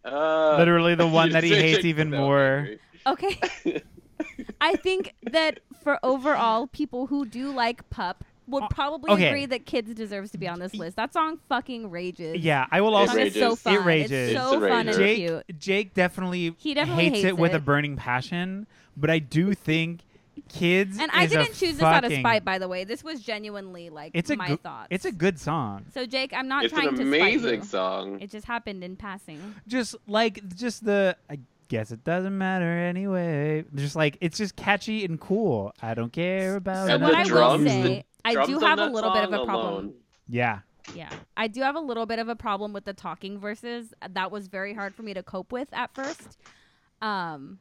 uh, Literally the one that he Jake hates is even so more. angry. Okay. I think that for overall, people who do like Pup would Uh, probably okay. agree that Kids deserves to be on this list. That song fucking rages. Yeah, I will That It also song is rages. so It fun. rages. It's It's so a fun and rager. Jake cute. Jake definitely, He definitely hates it with it. a burning passion, but I do think kids And I is a didn't choose this out of fucking- spite, by the way. This was genuinely like It's a my goo- thoughts. It's a good song. so Jake, I'm not It's trying an to spite amazing you. song. It just happened in passing. Just like just the I guess it doesn't matter anyway. Just like it's just catchy and cool. I don't care about So And what the I will drums, the say, I Drums do on have a that little bit of song a problem. alone. Yeah. Yeah. I do have a little bit of a problem with the talking verses. That was very hard for me to cope with at first. Um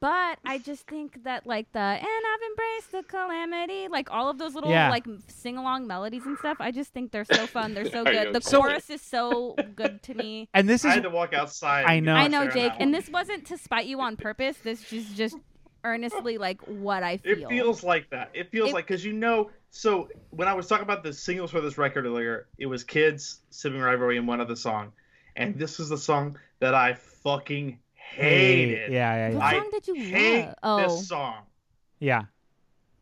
but I just think that like the and I've embraced the calamity, like all of those little Yeah. like sing along melodies and stuff, I just think they're so fun. They're so Are you good. The okay? chorus is so good to me. And this I is had to walk outside. I and know. get I know, there on Jake, that and one. this wasn't to spite you on purpose. This is just earnestly like what I feel. It feels like that. It feels It- like because you know. So when I was talking about the singles for this record earlier, it was "Kids," "Sibling Rivalry," and one other song, and this was the song that I fucking hated. Yeah, yeah, what yeah. I song did you Hate love? Oh, this song. yeah.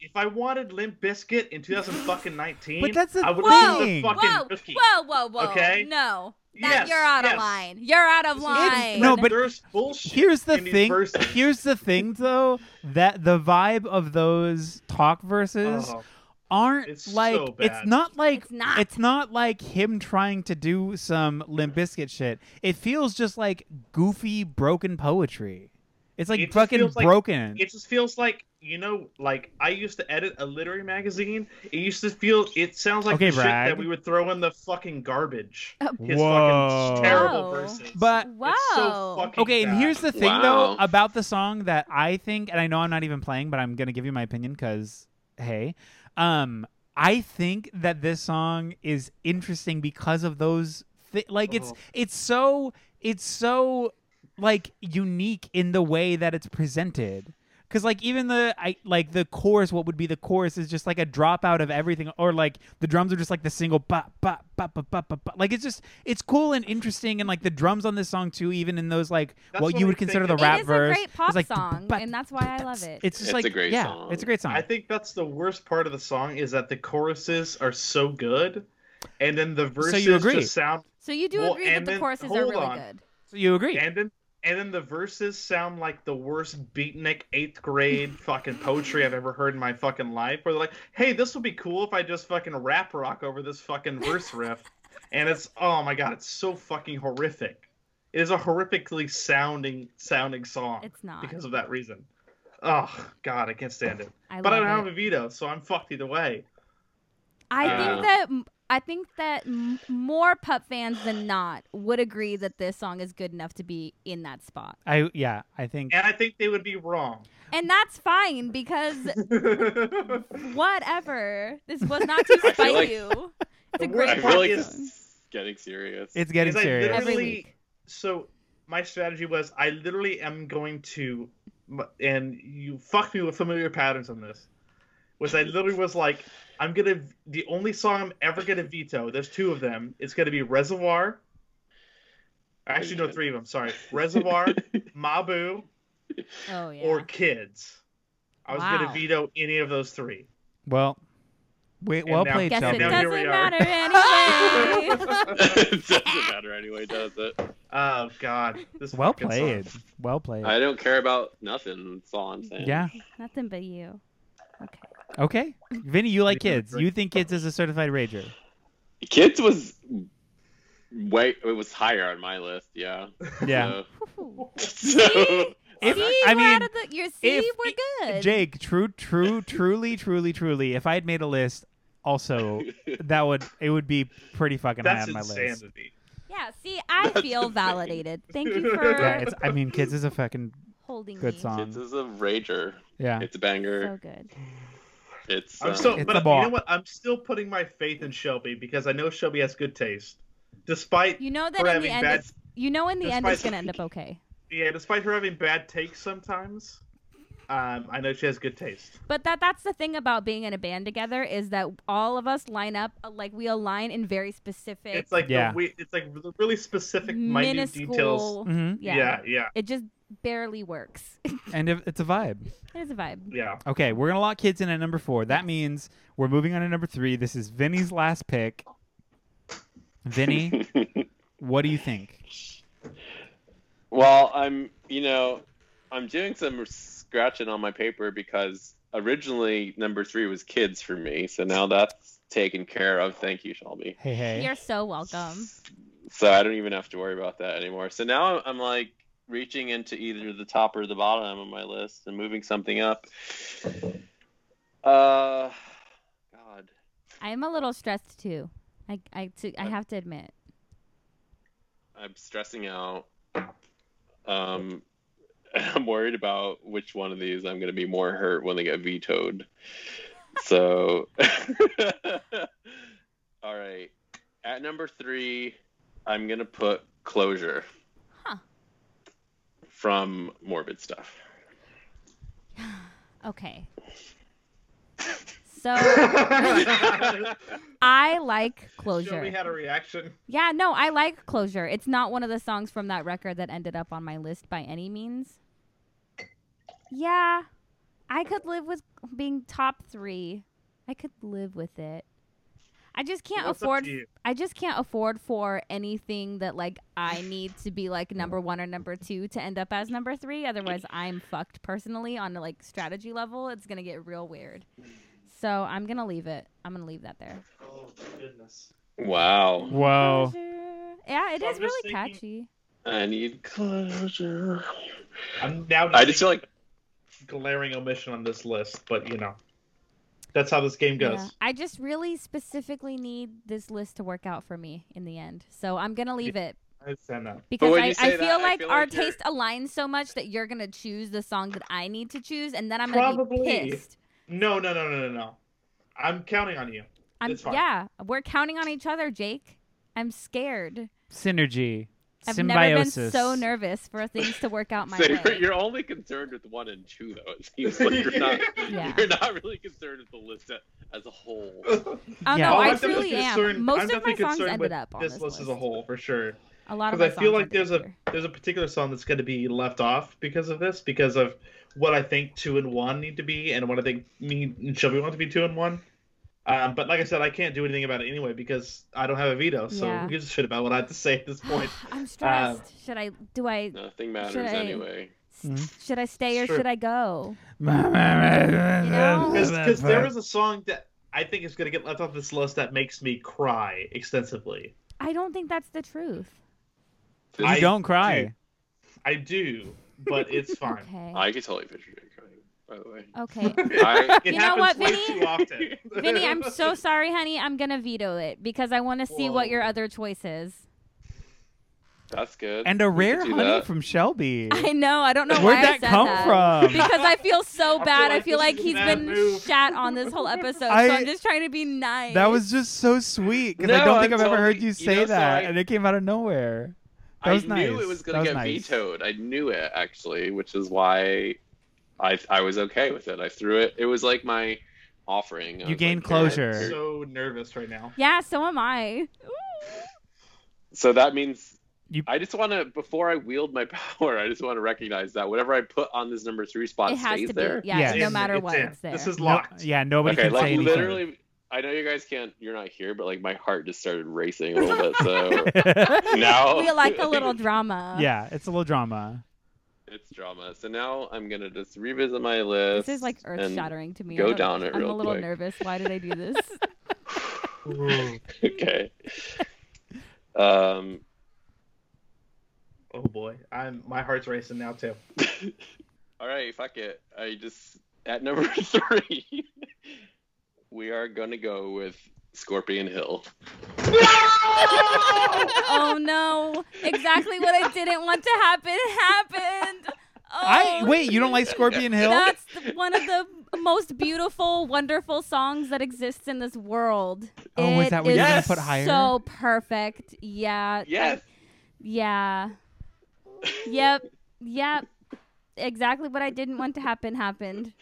If I wanted Limp Bizkit in 2019, But that's the I would Whoa! listen to fucking whoa, Cookie. whoa, whoa, whoa! Okay? No, That Yes, you're out of yes. line. You're out of This is line. No, but reverse bullshit. Here's the in these thing. verses. Here's the thing, though, that the vibe of those talk verses Oh, aren't it's like so it's bad. not like It's not. it's not like him trying to do some Limp Bizkit shit. It feels just like goofy, broken poetry. It's like It just fucking feels like- broken. it just feels like you know, like I used to edit a literary magazine. It used to feel. It sounds like Okay, the shit brag. that we would throw in the fucking garbage. His Whoa. fucking terrible Wow. verses. but Wow. It's so fucking Okay, and bad. here's the thing Wow. though about the song that I think, and I know I'm not even playing, but I'm gonna give you my opinion because hey, um, I think that this song is interesting because of those. Thi- like it's Oh. it's so it's so like unique in the way that it's presented. Cause like even the I like the chorus, what would be the chorus is just like a dropout of everything, or like the drums are just like the single bop bop bop bop bop bop. bop. Like it's just it's cool and interesting, and like the drums on this song too, even in those like That's what what you we would consider the think rap it is verse. a great pop it's like, song, but- and that's why I love it. It's just It's like a great yeah, song. it's a great song. I think that's the worst part of the song is that the choruses are so good, and then the verses agree? just sound so you do Well, agree that and the then- courses are hold really on. good. so you agree? and then and then the verses sound like the worst beatnik eighth grade fucking poetry I've ever heard in my fucking life. Where they're like, "Hey, this would be cool if I just fucking rap rock over this fucking verse riff," and it's oh my god, it's so fucking horrific. It is a horrifically sounding sounding song. It's not. because of that reason. Oh god, I can't stand it. I but I love don't it. have a veto, so I'm fucked either way. I Uh, think that I think that m- more pup fans than not would agree that this song is good enough to be in that spot, I yeah, I think And I think they would be wrong. and that's fine because the whatever. This was not to I feel spite like- you. It's a worst great I Right. feel pop like Fuck this song. is getting serious. it's getting Is I serious. literally- Every really- week. So my strategy was I literally am going to and you fucked me with familiar patterns on this. Was I literally was like, I'm gonna the only song I'm ever gonna veto, there's two of them, it's gonna be Reservoir. Actually no three of them, sorry. Reservoir, Mabu, Oh yeah. or Kids. I was Wow. gonna veto any of those three. well, wait, And well now- played, Guess it Sheldon. Now here doesn't we are. matter anyway. it doesn't matter anyway, does it? Oh god. This Well fucking played, song. well played. I don't care about nothing. That's all I'm saying. yeah. Nothing but you. Okay. Okay. Vinny, you like Yeah, kids. great. You think kids is a certified rager. Kids was way it was higher on my list. Yeah. Yeah. Whew. So, so If- see, I we're out mean, of the. You're see, if- we're good. Jake, true, true, truly, truly, truly. If I had made a list, also that would it would be pretty fucking high That's on my list. insanity. yeah. See, I That's feel insane. validated. Thank you for Yeah, it's I mean kids is a fucking holding good me. song. kids is a rager. Um, yeah. It's a banger. So good. It's I'm um, still, It's but a you bop. know what? I'm still putting my faith in Shelby because I know Shelby has good taste, despite You know that her in having the end, bad. it's, you know in the that's end, my- it's gonna end up okay. Yeah, despite her having bad takes sometimes, um, I know she has good taste. But that that's the thing about being in a band together is that all of us line up uh, like we align in very specific, It's like Yeah. the, we, it's like the really specific, minute minuscule. details. hmm Yeah. yeah, yeah, It just barely works. it And if, it's a vibe. is a vibe. yeah. Okay, we're gonna lock kids in at number four. That means we're moving on to number three. This is Vinny's last pick. Vinny, what do you think? Well, I'm, you know, I'm doing some scratching on my paper because originally number three was kids for me, so now that's taken care of. Thank you, Shelby. Hey, hey. You're so welcome. So I don't even have to worry about that anymore. So now I'm like reaching into either the top or the bottom of my list and moving something up. Uh, God. I'm a little stressed too. I I to, I have to admit. I'm stressing out. Um, I'm worried about which one of these I'm going to be more hurt when they get vetoed. So, all right. At number three, I'm going to put closure Huh. from morbid stuff. Okay. So I like Shelby closure. had a reaction. Yeah, no, I like closure. It's not one of the songs from that record that ended up on my list by any means. Yeah, I could live with being top three. I could live with it. I just can't What's up afford to you? I just can't afford for anything that like I need to be like number one or number two to end up as number three. Otherwise, I'm fucked personally on like strategy level. It's gonna get real weird. So I'm gonna leave it. I'm gonna leave that there. Oh goodness. Wow. Oh. Whoa. Closure. Yeah, it So I'm is just really thinking- catchy. I need closure. I'm now I just feel like glaring omission on this list, but you know, that's how this game goes. Yeah. I just really specifically need this list to work out for me in the end. So I'm gonna leave it I understand that. because when I, you I say feel that, I like feel our like you're- taste aligns so much that you're gonna choose the song that I need to choose, and then I'm gonna be Probably. pissed. No, no, no, no, no, no. I'm counting on you. I'm It's fine. yeah. We're counting on each other, Jake. I'm scared. Synergy. I've Symbiosis. never been so nervous for things to work out my so way. you're, you're only concerned with one and two, though. It seems like you're not. Yeah. You're not really concerned with the list a- as a whole. Oh Yeah. no, Oh, I I'm truly definitely am. concerned- Most I'm of my definitely songs concerned ended with up on this this list as a whole for sure. A lot of Because my I songs feel like ended there's up a here. there's a particular song that's going to be left off because of this, because of what I think two and one need to be, and what I think me and Shelby want to be two and one. Um, but like I said, I can't do anything about it anyway because I don't have a veto, so Yeah. who gives a shit about what I have to say at this point? um, I'm stressed. should I? Do I? Nothing matters Should I- anyway. Mm-hmm. Should I stay or Sure. should I go? Because there is a song that I think is going to get left off this list that makes me cry extensively. I don't think that's the truth. This- I- I, Don't cry. Dude, I do, but it's fine. Okay. could totally picture Jake crying. By the way, Okay. I, You It know happens what, way Vinny? too often. Vinny, I'm so sorry, honey. I'm gonna veto it because I want to see what Whoa. your other choice is. that's good. And a We could rare do honey that. from Shelby. I know. I don't know Where'd why I that said come that. from? because I feel so I feel bad. I like feel this like, is a he's bad been move. shat on this whole episode, I- so I'm just trying to be nice. That was just so sweet because I No, don't think I've I'm ever heard totally- you you say know, so that, I- and it came out of nowhere. That I was knew nice. it was gonna That get nice. vetoed. I knew it actually, which is why I I was okay with it. I threw it. It was like my offering. I You was gained like, "Here, closure." here." So, so nervous right now. yeah, so am I. Ooh. that means. You- I just want to, before I wield my power, I just want to recognize that whatever I put on this number three spot It has stays to be. there. Yeah, Yes. no It's- matter it's what, in. it's there. This is No- locked. yeah, nobody okay, can say like anything. literally, I know you guys can't. You're not here, but like my heart just started racing a little bit. So now Oh. we like a little drama. yeah, it's a little drama. it's drama. So now I'm gonna just revisit my list. This is like and- earth shattering to me. go I don't- down it I'm a real little quick. nervous. Why did I do this? Okay. Um, oh boy, I'm my heart's racing now too. All right, fuck it. I just at number three, we are gonna go with Scorpion Hill. oh no. Exactly what I didn't want to happen happened. Oh, I wait. You don't like Scorpion Hill? That's the- one of the most beautiful, wonderful songs that exists in this world. Oh, was It that what you were gonna is put higher? So perfect. Yeah. uh, Yes. Yeah. Yep. Yep. Exactly what I didn't want to happen happened.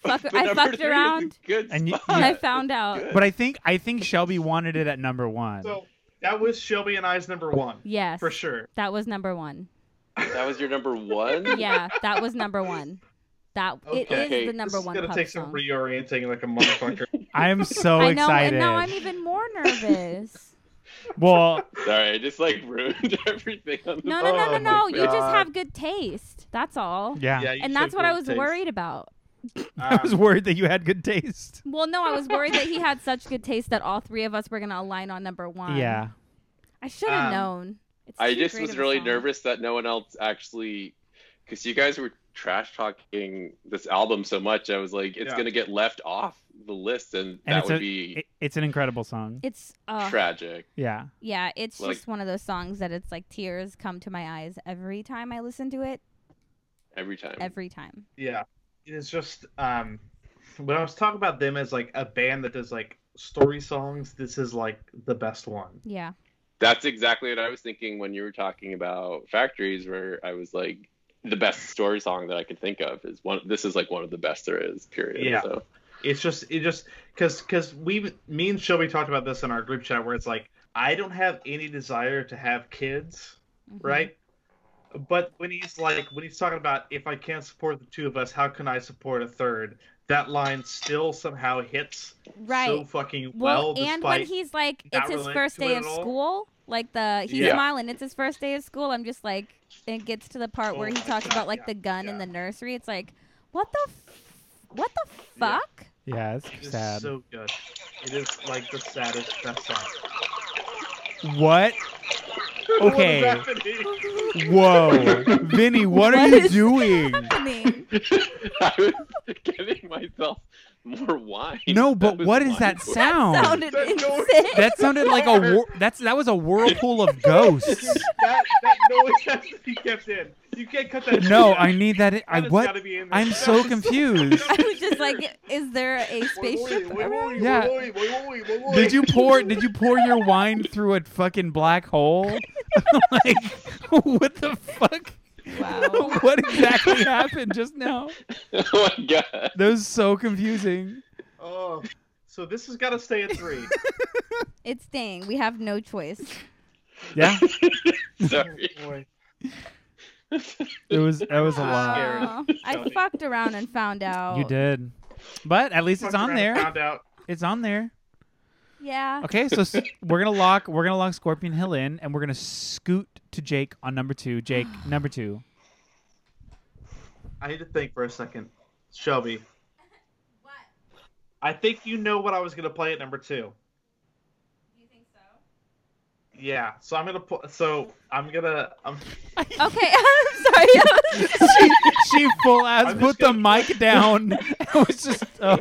Fuck, But I number fucked three is a around Good And you- spot. and I found out. Good. But I think I think Shelby wanted it at number one. So that was Shelby and I's number one Yes. for sure. That was number one. that was your number one. Yeah, that was number one. That it is the Okay. This number this one is pub gonna take song. some reorienting like a motherfucker. I'm so I know, Oh, excited. and now I'm even more nervous. well, Sorry, I just like ruined everything. On the no, no, no, no, Oh no. my You just God. have good taste. That's all. yeah. Yeah, you and should that's what go I was taste. worried about. I was Um, worried that you had good taste. Well, no, I was worried that he had such good taste that all three of us were gonna align on number one. Yeah. I should have Um, known. It's I too just great was of a really song. nervous that no one else actually, because you guys were trash talking this album so much. I was like, it's Yeah. gonna get left off the list, and, that it's would a- be It, it's an incredible song. It's uh, tragic. yeah. yeah, it's Like- just one of those songs that it's like tears come to my eyes every time I listen to it. Every time. Every time. yeah, it is just um, when I was talking about them as like a band that does like story songs, this is like the best one. Yeah. That's exactly what I was thinking when you were talking about factories, where I was like, the best story song that I could think of is one. This is like one of the best there is. Period. Yeah. So it's just it just because because we me and shelby talked about this in our group chat where it's like i don't have any desire to have kids Mhm. right but when he's like when he's talking about if i can't support the two of us how can i support a third that line still somehow hits Right. so fucking well, well. and when despite- he's like, not it's his relating first to it day at of all. school. Like the he's Yeah. smiling. It's his first day of school. I'm just like, it gets to the part where Oh he my talks God, about like yeah, the gun in yeah. the nursery. It's like, what the, f- what the Yeah. fuck? Yeah, it's It's sad. so good. It is like the saddest best song. What? What is Okay. happening? Whoa, Vinny, what are What you is doing? happening? I was getting myself more wine. No, but was what is wine that for- sound? That sounded That's going- insane. That sounded like a whir- that's that was a whirlpool of ghosts. that, that noise has to be kept in. You can't cut No, that. shit out. I need that. I That has what? gotta be in there. I'm That so was- confused. I was just like, is there a spaceship around? Yeah. Did you pour? Did you pour your wine through a fucking black hole? like, what the fuck? Wow. What exactly happened just now? oh my god. That was so confusing. Oh, so this has got to stay at three. It's staying. We have no choice. Yeah, Sorry. Oh, boy. it was. That was a lot. Aw, I Sorry. fucked around and found out. You did, but at least it's Fucked on around and there. Found out. It's on there. Yeah. Okay, so s- we're gonna lock. We're gonna lock Scorpion Hill in, and we're gonna scoot to Jake on number two. Jake, number two. I need to think for a second. Shelby, I think you know what I was gonna play at number two. Yeah, so I'm gonna pl- so I'm gonna I'm Okay, I'm sorry. she, she full ass I'm put just the gonna- mic down. I was just, uh,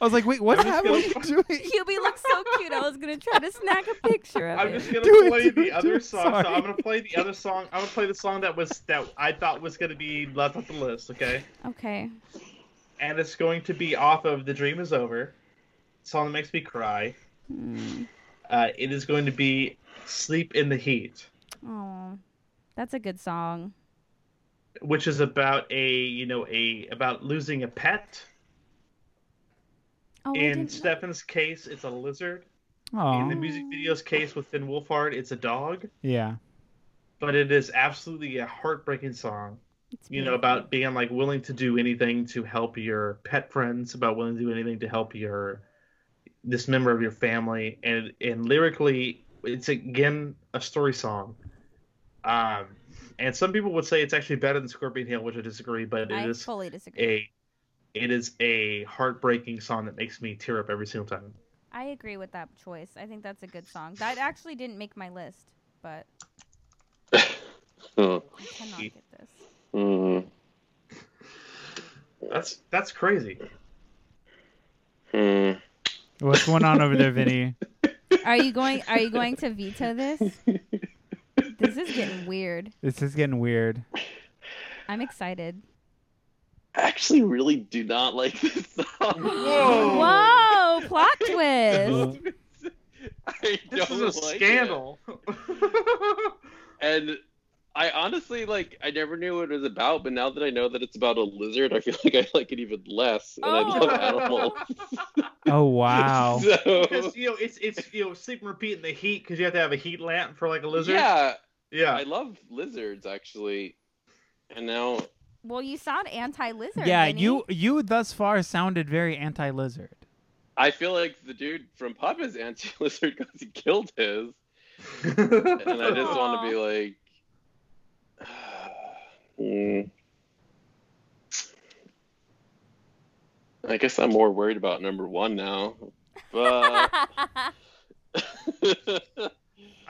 I was like, wait, what's I'm just happening? What gonna- are you doing? Hubie looks so cute. I was gonna try to snag a picture of I'm it. just gonna Do it, play do the it, do other it, song. So sorry. I'm gonna play the other song. I'm gonna play the song that was that I thought was gonna be left off the list. Okay, Okay. and it's going to be off of "The Dream Is Over," song that makes me cry. Hmm. Uh, it is going to be "Sleep in the Heat," Oh, that's a good song. which is about a you know a about losing a pet. Oh, I In didn't know- Stefan's case, it's a lizard. In the Aw. Oh. music video's case with Finn Wolfhard, it's a dog. yeah, But it is absolutely a heartbreaking song. it's you know beautiful. about being like willing to do anything to help your pet friends about willing to do anything to help your this member of your family and and lyrically it's again a story song um and some people would say it's actually better than scorpion hill which i disagree but I it is fully disagree. a it is a heartbreaking song that makes me tear up every single time I agree with that choice. I think that's a good song. That actually didn't make my list, but Oh, I cannot Ye- get this. mm, that's that's crazy mm. what's going on over there, Vinny? Are you going? Are you going to veto this? This is getting weird. This is getting weird. I'm excited. I actually really do not like this song. Whoa. Whoa! Plot twist. Whoa. I this don't is a like it. scandal And I honestly like I never knew what it was about, but now that I know that it's about a lizard, I feel like I like it even less. And I Oh. love animals. Oh wow. So, Because you know it's it's you know sleep and repeat in the heat because you have to have a heat lamp for like a lizard. yeah, I yeah. love lizards actually. And now Well, you sound anti-lizard. Yeah, Vinny. you you thus far sounded very anti-lizard. I feel like the dude from Pop is anti lizard because he killed his. And I just want to be like. Hmm. I guess I'm more worried about number one now. But. I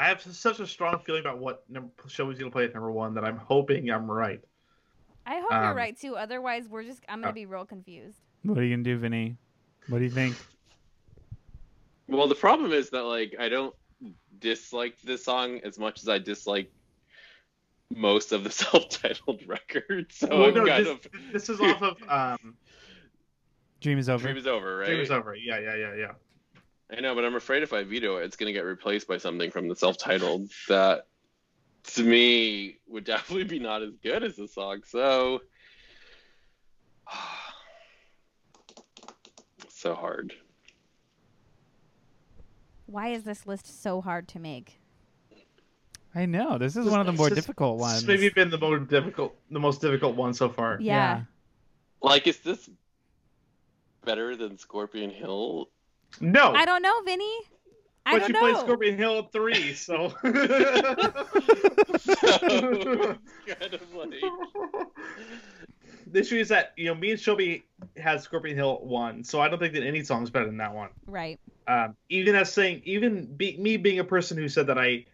have such a strong feeling about what number, show he's gonna play at number one that I'm hoping I'm right. I hope you're Um, uh, right too. Otherwise, we're just I'm gonna be real confused. What are you gonna do, Vinny? What do you think? well, the problem is that, like, I don't dislike this song as much as I dislike most of the self titled record. So Well, I'm no, Oh, kind this, of. this is off of um, Dream is over. Dream is over, right? Dream is over. Yeah, yeah, yeah, yeah. I know, but I'm afraid if I veto it, it's going to get replaced by something from the self-titled that, to me, would definitely be not as good as the song. So, so hard. Why is this list so hard to make? I know this is one of the This more is- difficult ones. It's maybe been the more difficult, the most difficult one so far. Yeah. Like, is this better than Scorpion Hill? No, I don't know, Vinny. I but don't Oh. you know. played Scorpion Hill at three, so. So, it's kind of like, the issue is that you know me and Shelby had Scorpion Hill at one, so I don't think that any song's better than that one. Right. Um, even as saying, even be, me being a person who said that I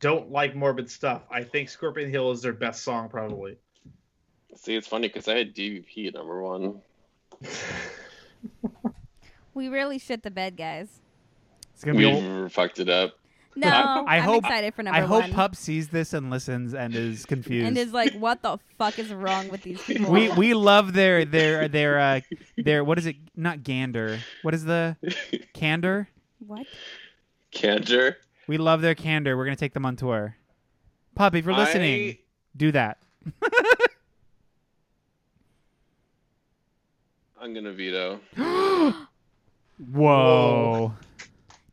don't like morbid stuff, I think Scorpion Hill is their best song probably. see, it's funny because I had DVP at number one. We really shit the bed, guys. It's gonna be. We Old. fucked it up. No, I I am hope- excited for number I hope one. Pup sees this and listens and is confused. and is like, what the fuck is wrong with these people? we we love their their their uh their what is it? Not gander. What is the candor? what? Cantor. We love their candor. We're gonna take them on tour. Pup, if you're listening, I- do that. I'm gonna veto. Whoa.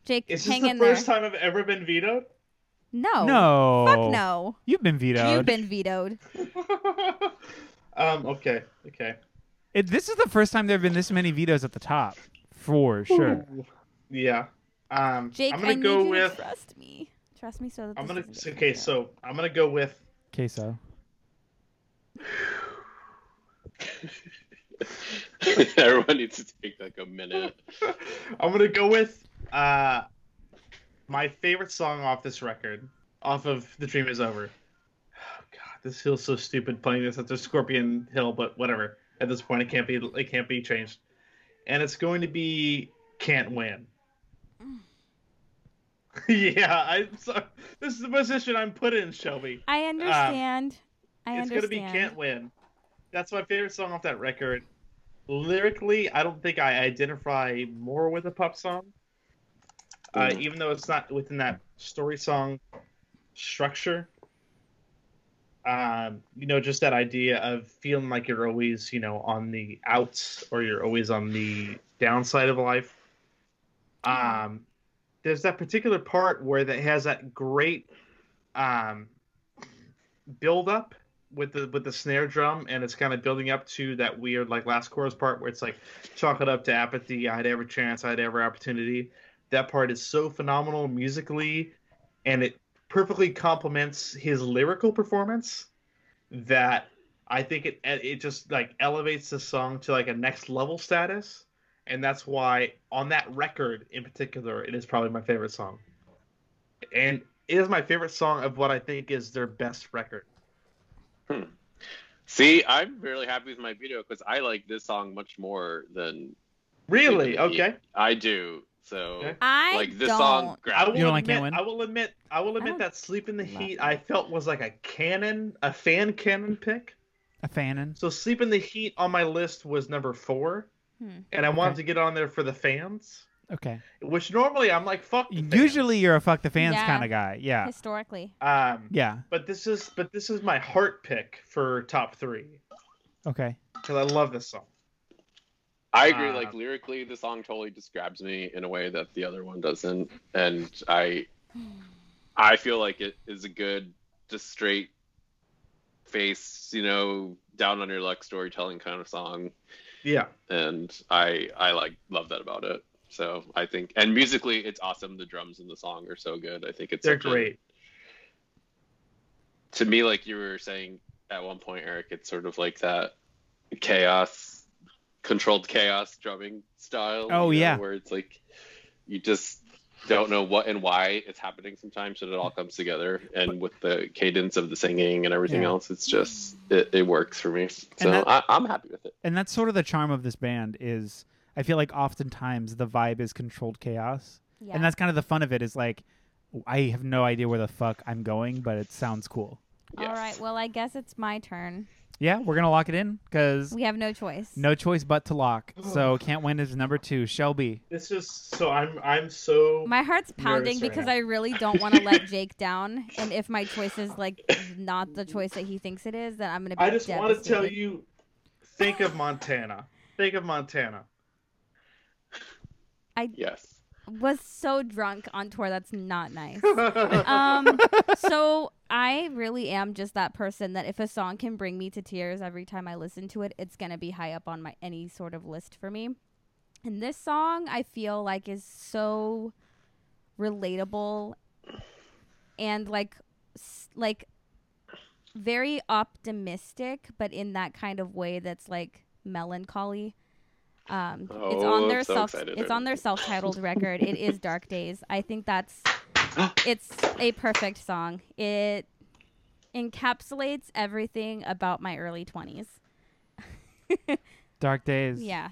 Jake, Is this hang the in there. first time I've ever been vetoed? No. No. Oh, Fuck no. You've been vetoed. You've been vetoed. um, okay, okay. It- this is the first time there have been this many vetoes at the top, for sure. Ooh. Yeah. Um, Jake, I'm I gonna need go you with. to trust me. Trust me so that I'm this gonna. doesn't get Okay, vetoed. so I'm gonna go with. Queso. Everyone needs to take like a minute. I'm gonna go with uh, my favorite song off this record, off of "The Dream Is Over." Oh God, this feels so stupid playing this after Scorpion Hill, but whatever. At this point, it can't be. It can't be changed, and it's going to be "Can't Win." yeah, I'm sorry. This is the position I'm put in, Shelby. I understand. I uh, it's understand. gonna be "Can't Win." That's my favorite song off that record. Lyrically, I don't think I identify more with a pop song. Uh, Mm. even though it's not within that story song structure. Um, you know, just that idea of feeling like you're always, you know, on the outs or you're always on the downside of life. Um, there's that particular part where that has that great um, build up with the with the snare drum and it's kind of building up to that weird like last chorus part where it's like chalk it up to apathy i had every chance i had every opportunity that part is so phenomenal musically and it perfectly complements his lyrical performance that i think it it just like elevates the song to like a next level status and that's why on that record in particular it is probably my favorite song and it is my favorite song of what i think is their best record See, I'm really happy with my veto because I like this song much more than Really? Yeah. Okay. I do. So Okay. I like this don't. song I will grabbed You me. don't like admit, Can't Win? I will admit. I will admit don't that "Sleep in the love Heat" it. I felt was like a canon, a fan canon pick. A fanon. So "Sleep in the Heat" on my list was number four, Hmm. and I wanted Okay. to get on there for the fans, Okay. which normally I'm like, "Fuck." the fans. Usually you're a fuck the fans Yeah. kind of guy. Yeah. Historically. um, Yeah. but this is but this is my heart pick for top three Okay. because I love this song. I agree. Uh, like lyrically, the song totally describes me in a way that the other one doesn't, and I, I feel like it is a good, just straight face, you know, down on your luck storytelling kind of song, Yeah. and I, I like love that about it. So I think, and musically, it's awesome. The drums in the song are so good. I think it's They're such a- great. to me, like you were saying at one point, Eric, it's sort of like that chaos, controlled chaos drumming style. Oh, you know, yeah. where it's like you just don't know what and why it's happening sometimes, but it all comes together. And with the cadence of the singing and everything Yeah. else, it's just it, it works for me. So that- I, I'm happy with it. And that's sort of the charm of this band is I feel like oftentimes the vibe is controlled chaos. Yeah. And that's kind of the fun of it is like I have no idea where the fuck I'm going, but it sounds cool. Yes. All right. Well, I guess it's my turn. Yeah, we're gonna lock it in because We have no choice. no choice but to lock. So can't win is number two. Shelby. This is so I'm I'm so My heart's pounding right because now. I really don't want to let Jake down. And if my choice is like not the choice that he thinks it is, then I'm gonna. Be I just want to tell devastated. you, think of Montana. Think of Montana. Yes. Was so drunk on tour. That's not nice. um, so I really am just that person that if a song can bring me to tears every time I listen to it, it's gonna be high up on my any sort of list for me. And this song I feel like is so relatable and like s- like very optimistic, but in that kind of way that's like melancholy. Um, it's Oh, on I'm their so self excited it's right on now. their self-titled record. It is Dark Days. I think that's it's a perfect song. It encapsulates everything about my early 20s. Dark days. Yeah.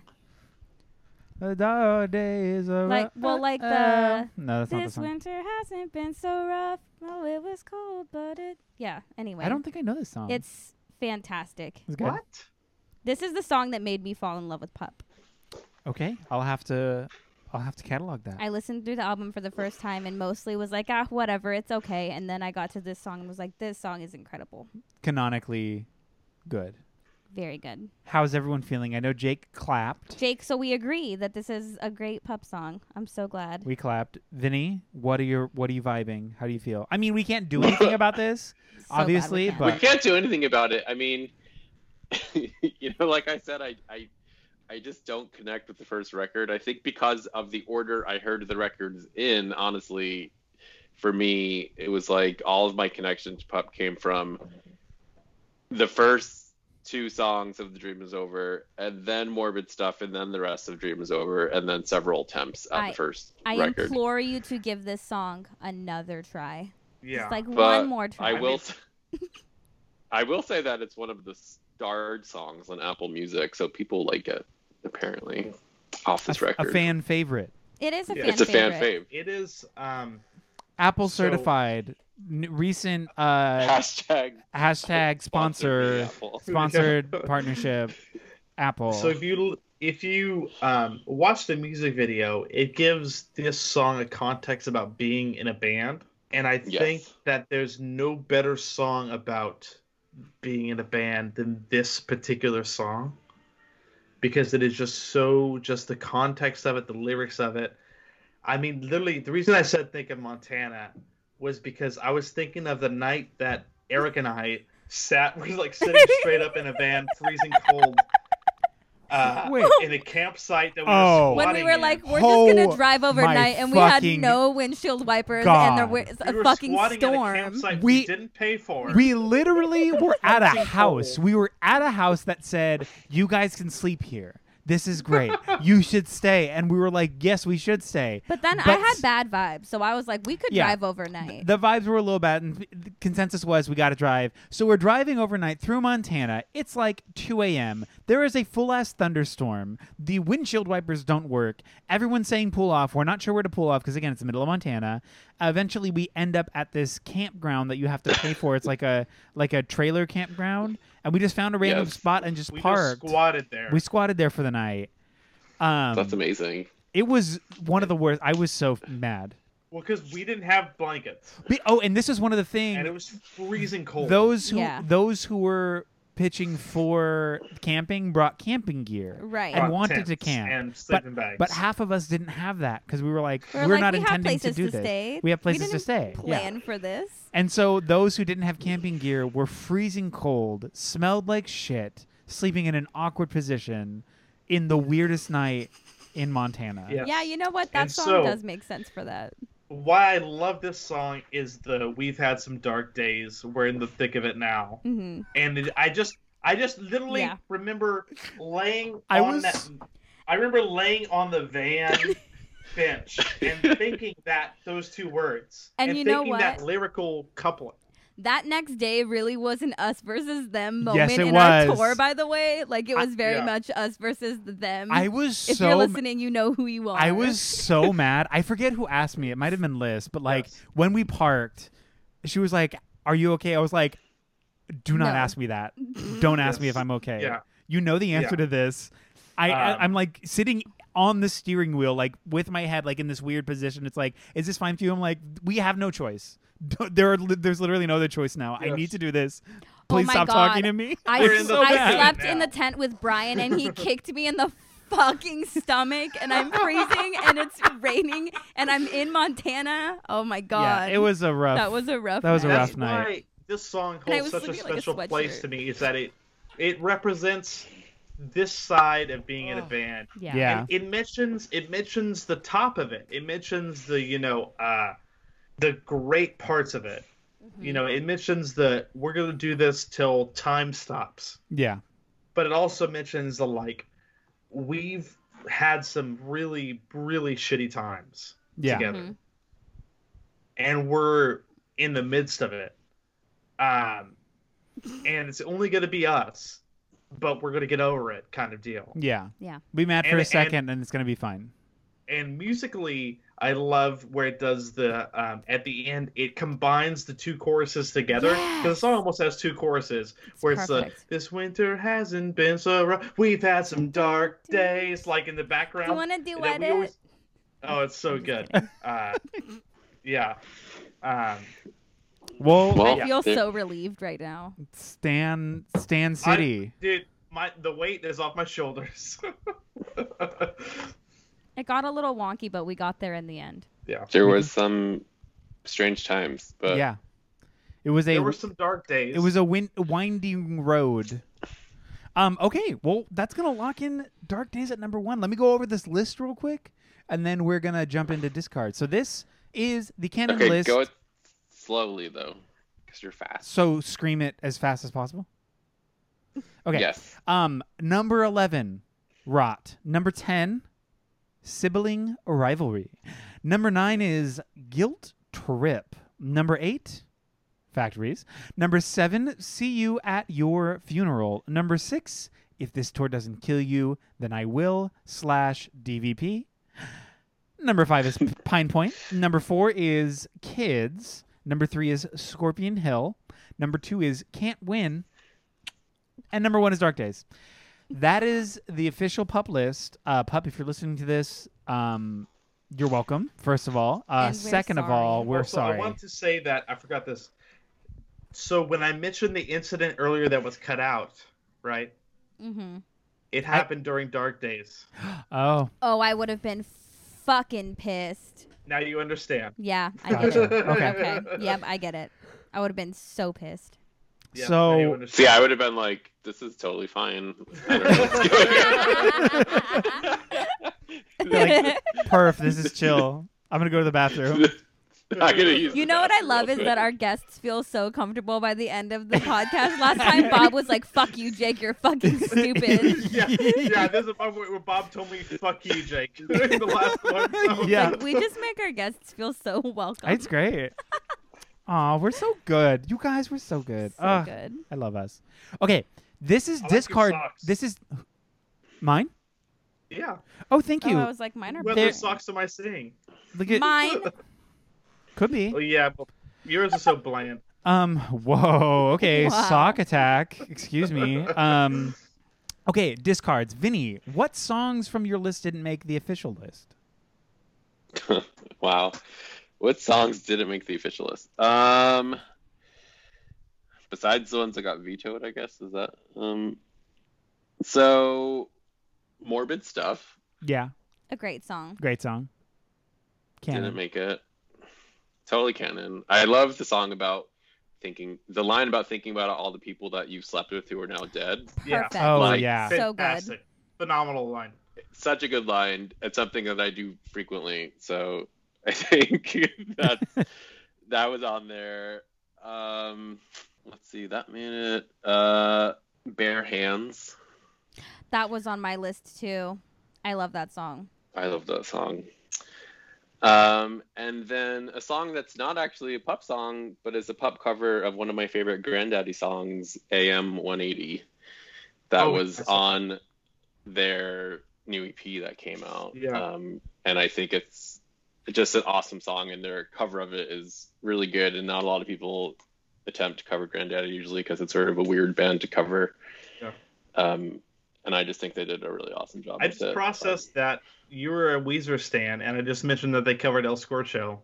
The dark days are Like- well, like the- no, that's not the This song. winter hasn't been so rough. Oh, it was cold, but it. Yeah. Anyway, I don't think I know this song. It's fantastic. It's good. What? This is the song that made me fall in love with Pup. Okay, I'll have to, I'll have to catalog that. I listened through the album for the first time and mostly was like, ah, whatever, it's okay. And then I got to this song and was like, this song is incredible. Canonically, good. Very good. How's everyone feeling? I know Jake clapped. Jake, so we agree that this is a great Pup song. I'm so glad. We clapped. Vinny, what are your what are you vibing? How do you feel? I mean, we can't do anything about this. So glad we Obviously, can. we but- can't do anything about it. I mean, you know, like I said, I, I, I just don't connect with the first record. I think because of the order I heard the records in, honestly, for me, it was like all of my connection to Pup came from the first two songs of The Dream Is Over, and then Morbid Stuff, and then the rest of Dream Is Over, and then several attempts at I- the first I record. implore you to give this song another try. Yeah. Just like But one more try. I will. s- I will say that it's one of the starred songs on Apple Music, so people like it apparently off a, this a record. fan favorite. It is a Yeah. fan it's a fan favorite. fave. it is. Um, Apple So- certified. N- recent uh, Hashtag hashtag sponsor sponsor me, Apple. sponsored Yeah. partnership. Apple. so if you if you um, watch the music video, it gives this song a context about being in a band, and I Yes. think that there's no better song about being in a band than this particular song, because it is just so just the context of it, the lyrics of it. I mean, literally, the reason I said think of Montana was because I was thinking of the night that Eric and I sat, was like sitting straight up in a van, freezing cold, uh, Wait. in a campsite that we Oh. when were we squatting were in. like, we're just Oh gonna drive overnight, and we had fucking no windshield wipers, and there God. was a we were fucking squatting storm. At a campsite We- we, didn't pay for. we literally were at a Freezing house. cold. We were at a house that said, "You guys can sleep here. This is great. you should stay." And we were like, "Yes, we should stay." But then I But- had bad vibes, so I was like, we could Yeah. drive overnight. The vibes were a little bad, and the consensus was we got to drive. So we're driving overnight through Montana. It's like 2 a.m. There is a full ass thunderstorm. The windshield wipers don't work. Everyone's saying pull off. We're not sure where to pull off because, again, it's the middle of Montana. Eventually, we end up at this campground that you have to pay for. It's like a like a trailer campground. And we just found a random Yes. spot and just We just parked. squatted there. we squatted there for the night. Um, That's amazing. it was one of the worst. I was so mad. well, because we didn't have blankets, Be- oh, and this is one of the things. and it was freezing cold. Those who Yeah. those who were pitching for camping brought camping gear right. and Brought wanted to tents camp. and sleeping bags. but half of us didn't have that because we were like, We're we're, like, not we have intending to places do to this. stay. We have We places to didn't stay. Yeah. Plan for this. And so those who didn't have camping gear were freezing cold, smelled like shit, sleeping in an awkward position in the weirdest night in Montana. Yeah. Yes. Yeah, you know what? That And song so- does make sense for that. why I love this song is the we've had some dark days. We're in the thick of it now, hmm and it, I just I just literally Yeah. remember laying I on was- that. I remember laying on the van bench and thinking that those two words And you know thinking that what? lyrical coupling. That next day really was an us versus them Yes, moment it in our was. tour. By the way, like it I- was very yeah. much us versus the them. I was if so you're ma- listening, you know who you are. I was so mad. I forget who asked me. It might have been Liz, but like Yes. when we parked, she was like, "Are you okay?" I was like, "Do not No. ask me that. Don't ask me if I'm okay. Yeah. You know the answer to this." I, Um, I I'm like sitting on the steering wheel, like with my head like in this weird position. It's like, "Is this fine for you?" I'm like, "We have no choice. There are li- there's literally no other choice now. I Yes. need to do this. Oh Please my stop God. talking to me." I, We're in the I bed slept now. in the tent with Brian and he kicked me in the fucking stomach and I'm freezing and it's raining and I'm in Montana. Oh my yeah, god. it was a rough. that was a rough that was a night. rough That's night. why this song I was holds such a looking like a special place sweatshirt. to me. Is that it? It represents this side of being in a band. Yeah. Yeah. And it mentions it mentions the top of it. It mentions the you know uh, the great parts of it. Mm-hmm. Hmm. You know, it mentions the we're gonna do this till time stops. Yeah. But it also mentions the like we've had some really really shitty times Yeah. together, Mhm. and we're in the midst of it. Um, and it's only gonna be us, but we're gonna get over it, kind of deal. Yeah. Yeah. Be mad for And- a and- second, and, it's gonna be fine. and musically i love where it does the um, at the end it combines the two choruses together because the Yes. song almost has two choruses It's where it's the perfect. this winter hasn't been so rough we've had some dark days like in the background you want to and duet then we it? always- oh it's so good uh, yeah um, Well, Well, I Yeah. feel Dude. so relieved right now. Stan, Stan City. dude my the weight is off my shoulders It got a little wonky, but we got there in the end. yeah There was some strange times, but yeah. It was a there were some dark days it was a win- winding road. Um. Okay. Well, that's gonna lock in Dark Days at number one. Let me go over this list real quick, and then we're gonna jump into discard. So this is the canon okay, list. go it slowly though, because you're fast. So scream it as fast as possible. Okay. Yes. Um, number eleven, rot. Number ten, sibling rivalry. Number nine is guilt trip. Number eight, factories. Number seven, see you at your funeral. Number six, if this tour doesn't kill you, then I will slash DVP. Number five is Pine Point. Number four is Kids. Number three is Scorpion Hill. Number two is Can't Win. And number one is Dark Days. That is the official pup list. Uh, pup, if you're listening to this, um, you're welcome. First of all, uh, And we're second of sorry. all, we're Also, sorry. I want to say that I forgot this. So when I mentioned the incident earlier that was cut out, right? Mm-hmm. It happened during Dark Days. oh, Oh, I would have been fucking pissed. Now you understand. Yeah, I get Gotcha. it. Okay. Okay. Yep, I get it. I would have been so pissed. Yeah, So- now you See, I understand. would have been like, "This is totally fine." I don't know what's going Like- Perf, this is chill. I'm gonna go to the bathroom. on. I'm gonna use You the know what I bathroom love is real that quick. our guests feel so comfortable by the end of the podcast. Last time Bob was like, "Fuck you, Jake, you're fucking stupid." yeah, yeah, this is my where Bob told me, "Fuck you, Jake." during the last one. So- Yeah. Like, we just make our guests feel so welcome. It's great. Aw, we're so good. You guys, we're so good. so Ugh, good. I love us. Okay, this is I like your discard. socks. This is mine. yeah. Oh, thank you. Oh, I was like, mine are What boring. other socks am I seeing? Look at Mine. could Oh be. yeah, but yours are so bland. Um. Whoa. Okay. Wow. Sock attack. Excuse me. Um. Okay. Discards. Vinny, what songs from your list didn't make the official list? wow. What songs didn't make the official list? Um, besides the ones that got vetoed, I guess is that. Um, so morbid stuff Yeah. A great song. Great song. didn't Canon. make it. Totally canon. I love the song about thinking the line about thinking about all the people that you've slept with who are now dead. Yeah. Perfect. Oh Like- yeah. So good. Fantastic. Phenomenal line. Such a good line. It's something that I do frequently. So I think that that was on there. Um, let's see that minute. Uh, bare hands. That was on my list too. I love that song. I love that song. Um, and then a song that's not actually a pop song, but is a pop cover of one of my favorite Granddaddy songs, AM 180. That Oh, was yes. on their new EP that came out. Yeah. Um, and I think it's just an awesome song, and their cover of it is really good. And not a lot of people attempt to cover Granddaddy usually because it's sort of a weird band to cover. Yeah. Um, and I just think they did a really awesome job. I with just it. processed that you were a Weezer stan, and I just mentioned that they covered El Scorcho.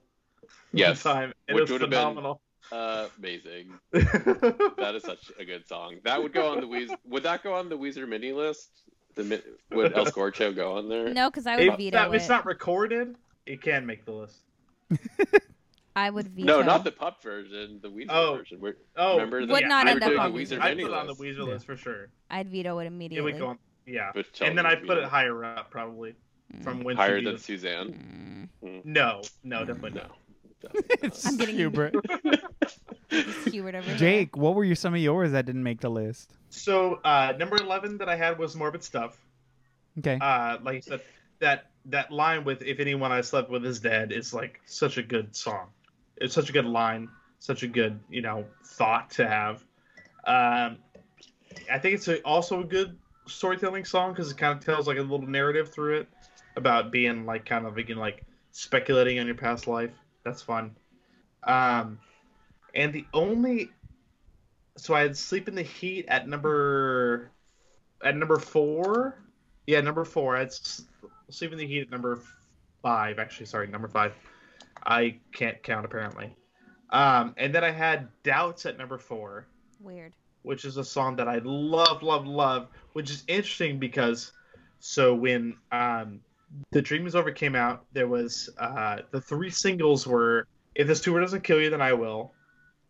Yes. time. It Which was would've been- phenomenal. Amazing. That is such a good song. That would go on the Weezer. Would that go on the Weezer mini list? The mi- would El Scorcho go on there? No, because I would if veto that, it. it's not recorded, it can make the list. I would veto. No, not the pup version. The Weezer Oh. version. We're, Oh, remember the, Would not we end were up doing on the Weezer I put mini it on the list. Weezer Yeah. list for sure. I'd veto it It immediately. would go on. yeah. Which And then I tells me put it higher up probably from when she Mm. higher viewed than it. Suzanne. Mm. No, no, definitely No. not. it's I'm getting- Hubert. Keyword over here. Jake, what were your, some of yours that didn't make the list? So uh, number eleven that I had was morbid stuff. Okay. Uh, like I said, that that line with "If anyone I slept with is dead" is like such a good song. It's such a good line, such a good you know thought to have. Um, I think it's a, also a good storytelling song because it kind of tells like a little narrative through it about being like kind of again like speculating on your past life. That's fun. Um, and the only so I had "Sleep in the Heat" at number at number four. Yeah, number four. It's Sleep in the Heat at number five. Actually, sorry, number five. I can't count apparently. Um, and then I had Doubts at number four, Weird. which is a song that I love, love, love. Which is interesting because so when um, the Dream Is Over came out, there was uh, the three singles were If This Tour Doesn't Kill You, Then I Will,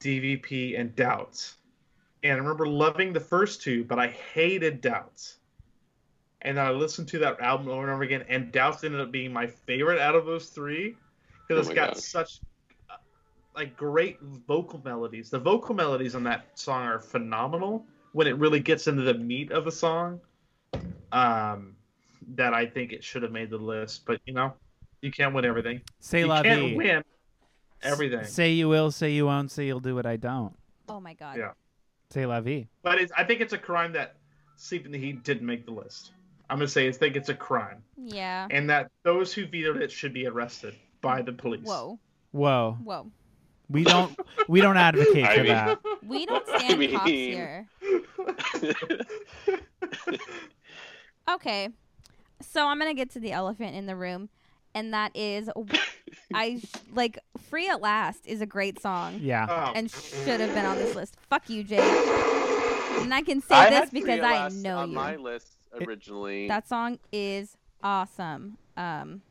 DVP, and Doubts. And I remember loving the first two, but I hated Doubts and then I listened to that album over and over again. And Doubts ended up being my favorite out of those three Oh because my it's got gosh. such uh, like great vocal melodies. The vocal melodies on that song are phenomenal when it really gets into the meat of a song. Um, that I think it should have made the list, but you know, you can't win everything. say you la can't vie. win everything. S- say you will, say you won't, say you'll do what I don't. Oh my god. Yeah. Say la vie. But it's, I think it's a crime that Sleep in the Heat didn't make the list. I'm gonna say I think it's a crime. Yeah. and that those who vetoed it should be arrested by the police. Whoa. Whoa. Whoa. We don't we don't advocate I for mean- Um, that. We don't I stand cops mean- here. Okay. So I'm going to get to the elephant in the room and that is I like Free at Last is a great song Yeah. Oh, and should have been on this list. Fuck you, Jake. And I can say I this had because Three I Last know on you. my list originally. That song is awesome. Um,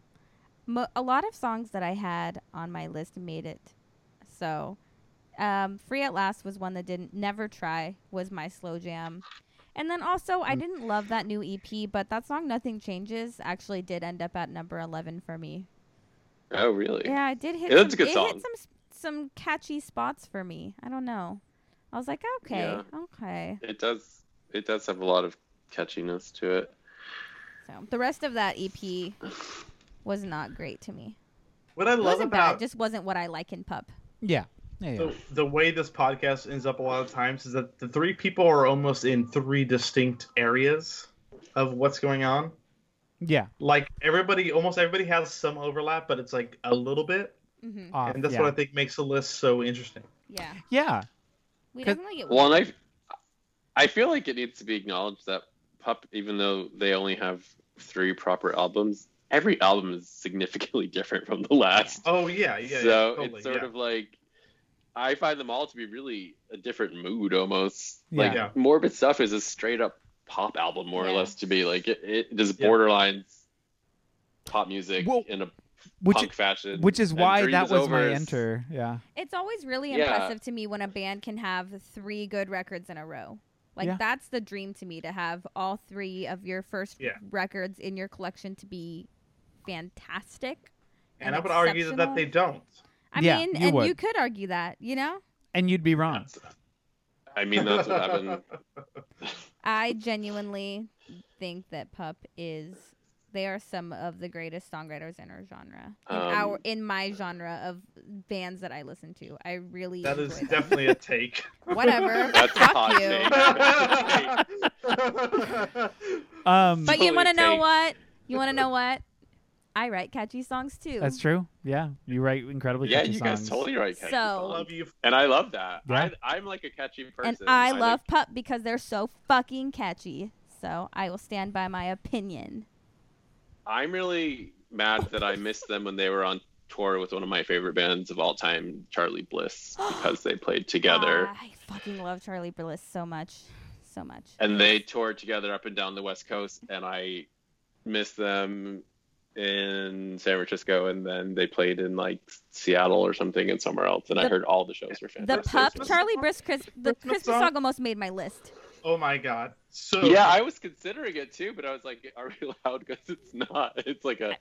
mo- a lot of songs that I had on my list made it. So, um, "Free at Last" was one that didn't. "Never Try" was my slow jam, and then also Mm. I didn't love that new EP, but that song "Nothing Changes" actually did end up at number eleven for me. oh really? Yeah, it did hit. Yeah, some, that's a good it song. hit some s- some catchy spots for me. I don't know. I was like, okay, Yeah. okay. It does. It does have a lot of catchiness to it. So the rest of that EP was not great to me. what I It love wasn't bad. about It just wasn't what I like in pub. Yeah. Yeah. yeah. the, the way this podcast ends up a lot of times is that the three people are almost in three distinct areas of what's going on. yeah. Like everybody, almost everybody has some overlap, but it's like a little bit, Mm-hmm. Off, and that's Uh, yeah. what I think makes the list so interesting. Yeah, yeah. we 'Cause- definitely get. Well, and I, I feel like it needs to be acknowledged that Pup, even though they only have three proper albums, every album is significantly different from the last. Oh yeah, yeah, so yeah, totally, it's sort yeah. of like I find them all to be really a different mood almost. Yeah. Like Yeah. Morbid Stuff is a straight up pop album more Yeah. or less to be like it, it does Yeah. borderline pop music Well, in a Which punk fashion. which is and why Dream that Is was Over my is- enter. Yeah. It's always really Yeah. impressive to me when a band can have three good records in a row. Like Yeah. that's the dream to me to have all three of your first Yeah. records in your collection to be fantastic. and I would argue that, that exceptional. they don't. I Yeah, mean, you and would. you could argue that, you know? And you'd be wrong. I mean that's what happened. I genuinely think that Pup is they are some of the greatest songwriters in our genre. In Um, our in my genre of bands that I listen to. I really That enjoy is them. definitely a take. whatever. That's a hot Fuck you. take. Um But you Totally want to know take. what? You want to know what? I write catchy songs too. that's true. Yeah. You write incredibly yeah, catchy you guys songs. totally right. Catchy So- I songs. love you. and I love that. Yeah. I, I'm like a catchy person. and I like- love Pup because they're so fucking catchy. So I will stand by my opinion. I'm really mad that I missed them when they were on tour with one of my favorite bands of all time, Charlie Bliss, because they played together. I fucking love Charlie Burles so much, so much. And they toured together up and down the West Coast, and I missed them in San Francisco, and then they played in like Seattle or something and somewhere else. And I The- heard all the shows were The fantastic. pup, So- Charlie Brisk, Chris, the Christmas Christmas song? song almost made my list. Oh my god. So Yeah, I was considering it too, but I was like, are we allowed? Because it's not. It's like a,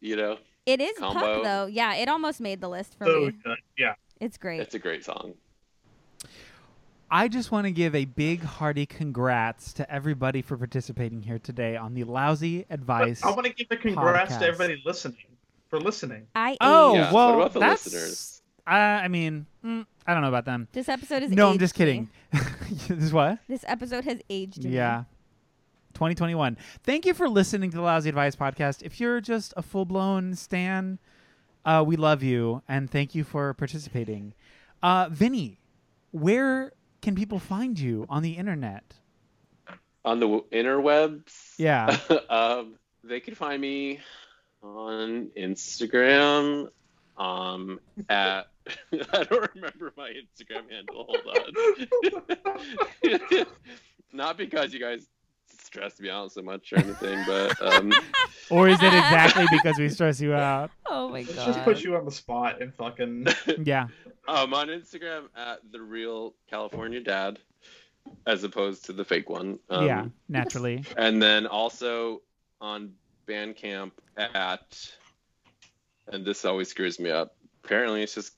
you know, It is Combo. Pup though. Yeah, it almost made the list for so me. good. Yeah. It's great. it's a great song. I just want to give a big hearty congrats to everybody for participating here today on the lousy advice. But I want to give a congrats Podcast. to everybody listening for listening. I oh Yeah, well, what about the that's. listeners? I, I mean, mm, I don't know about them. this episode is No, I'm aged just kidding. me. this is what? This episode has aged me. Yeah. 2021. Thank you for listening to the Lousy Advice podcast. If you're just a full blown Stan, uh, we love you and thank you for participating. Uh, Vinny, where can people find you on the internet? On the w- interwebs, Yeah. um, they can find me on Instagram um, at I don't remember my Instagram handle. Hold on. Not because you guys stressed me out so much or anything, but um, or is it exactly because we stress you out? Oh my Let's just put god. you on the spot and fucking Yeah. I'm on Instagram at the real California dad, as opposed to the fake one. Um, yeah. Naturally. and then also on Bandcamp at, and this always screws me up. Apparently, it's just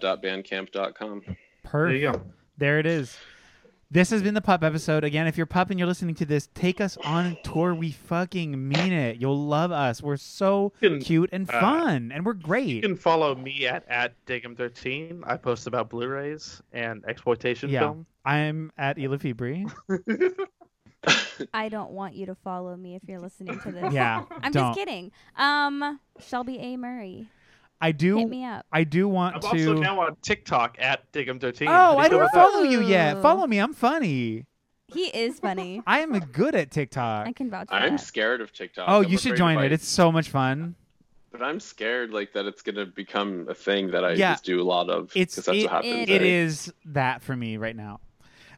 californiadad.bandcamp.com. Perfect. there you go. There it is. This has been the pup episode. Again, if you're pup and you're listening to this, take us on tour. We fucking mean it. You'll love us. We're so You can- cute and uh, fun, and we're You great. can follow me at at Digum13. I post about Blu-rays and exploitation Yeah. film. I'm at Ela Fibri. I don't want you to follow me if you're listening to this. Yeah, I'm don't. just kidding. Um, Shelby A. Murray, I hit do. me up. I do want I'm to. also now on TikTok at Digum13. oh, I Pretty don't cool. follow you yet. Ooh. Follow me. I'm funny. He is funny. I am good at TikTok. I can vouch for I'm that. scared of TikTok. Oh, I'm you should afraid join if I- it. It's so much fun. but I'm scared like that it's gonna become a thing that I Yeah. just do a lot of. It's- because that's it- what happens. it It right? is that for me right now.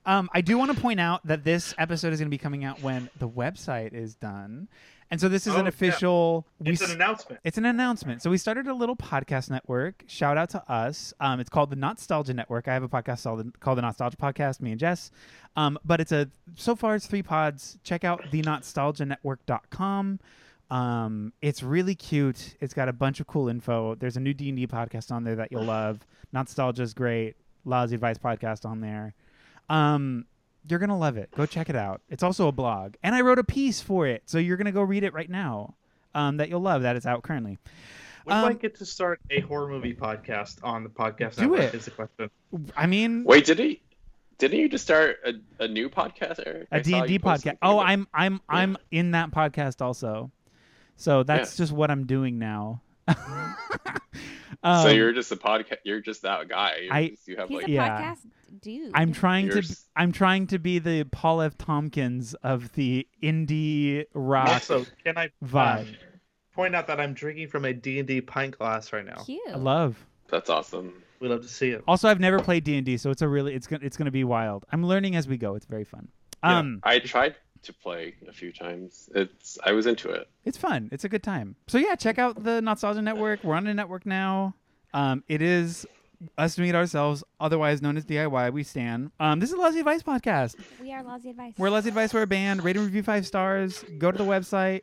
Um, I do want to point out that this episode is going to be coming out when the website is done, and so this is Oh, an yeah. official. we it's an s- announcement. it's an announcement. So we started a little podcast network. Shout out to us. Um, it's called the Nostalgia Network. I have a podcast called the, called the Nostalgia Podcast. Me and Jess. Um, but it's a so far it's three pods. Check out the nostalgianetwork.com. Um, it's really cute. It's got a bunch of cool info. There's a new D and D podcast on there that you'll love. Nostalgia's great. Lousy Advice podcast on there. Um, you're gonna love it. Go check it out. It's also a blog, and I wrote a piece for it, so you're gonna go read it right now. Um, that you'll love. That is out currently. When do I um, get to start a horror movie podcast on the podcast Do network it. is the question. I mean, Wait, did he? Didn't you just start a, a new podcast, Eric? a I D saw and D you post podcast. something Oh, about- I'm I'm I'm in that podcast also. So that's just what I'm doing now. um, so you're just a podcast. You're just that guy. You're I- just- you have He's like a Yeah. podcast dude. I'm trying to Yours. I'm trying to be the Paul F. Tompkins of the indie rock Also, can I vibe. um, Point out that I'm drinking from a D&D pint glass right now. cute. I love. that's awesome. We love to see it. Also, I've never played D and D, so it's a really it's gonna it's gonna be wild. I'm learning as we go. It's very fun. Yeah. Um, I tried to play a few times. It's I was into it. it's fun. It's a good time. So yeah, check out the Nostalgia Network. We're on a network now. Um, it is us doing it ourselves, otherwise known as DIY. We stand. Um, this is Lousy Advice Podcast. We are lousy advice. We're Lousy Advice. We're a band. Rate and review five stars. Go to the website.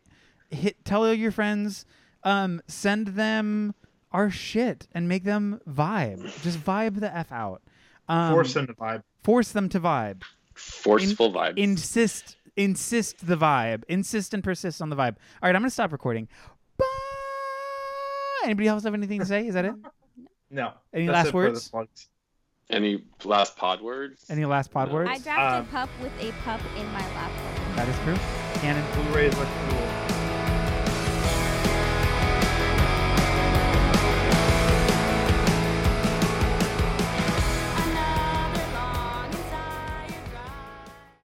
Hit tell all your friends. Um, send them our shit and make them vibe. Just vibe the f out. Um, force them to vibe? force them to vibe Forceful vibes. insist insist the vibe insist and persist on the vibe all right i'm gonna stop recording Bye. anybody else have anything to say is that it No. Any That's last it for the words? plugs. Any last pod words? any last pod No. words I drafted Um, pup with a pup in my lap. that is true canon Blu-rays are cool.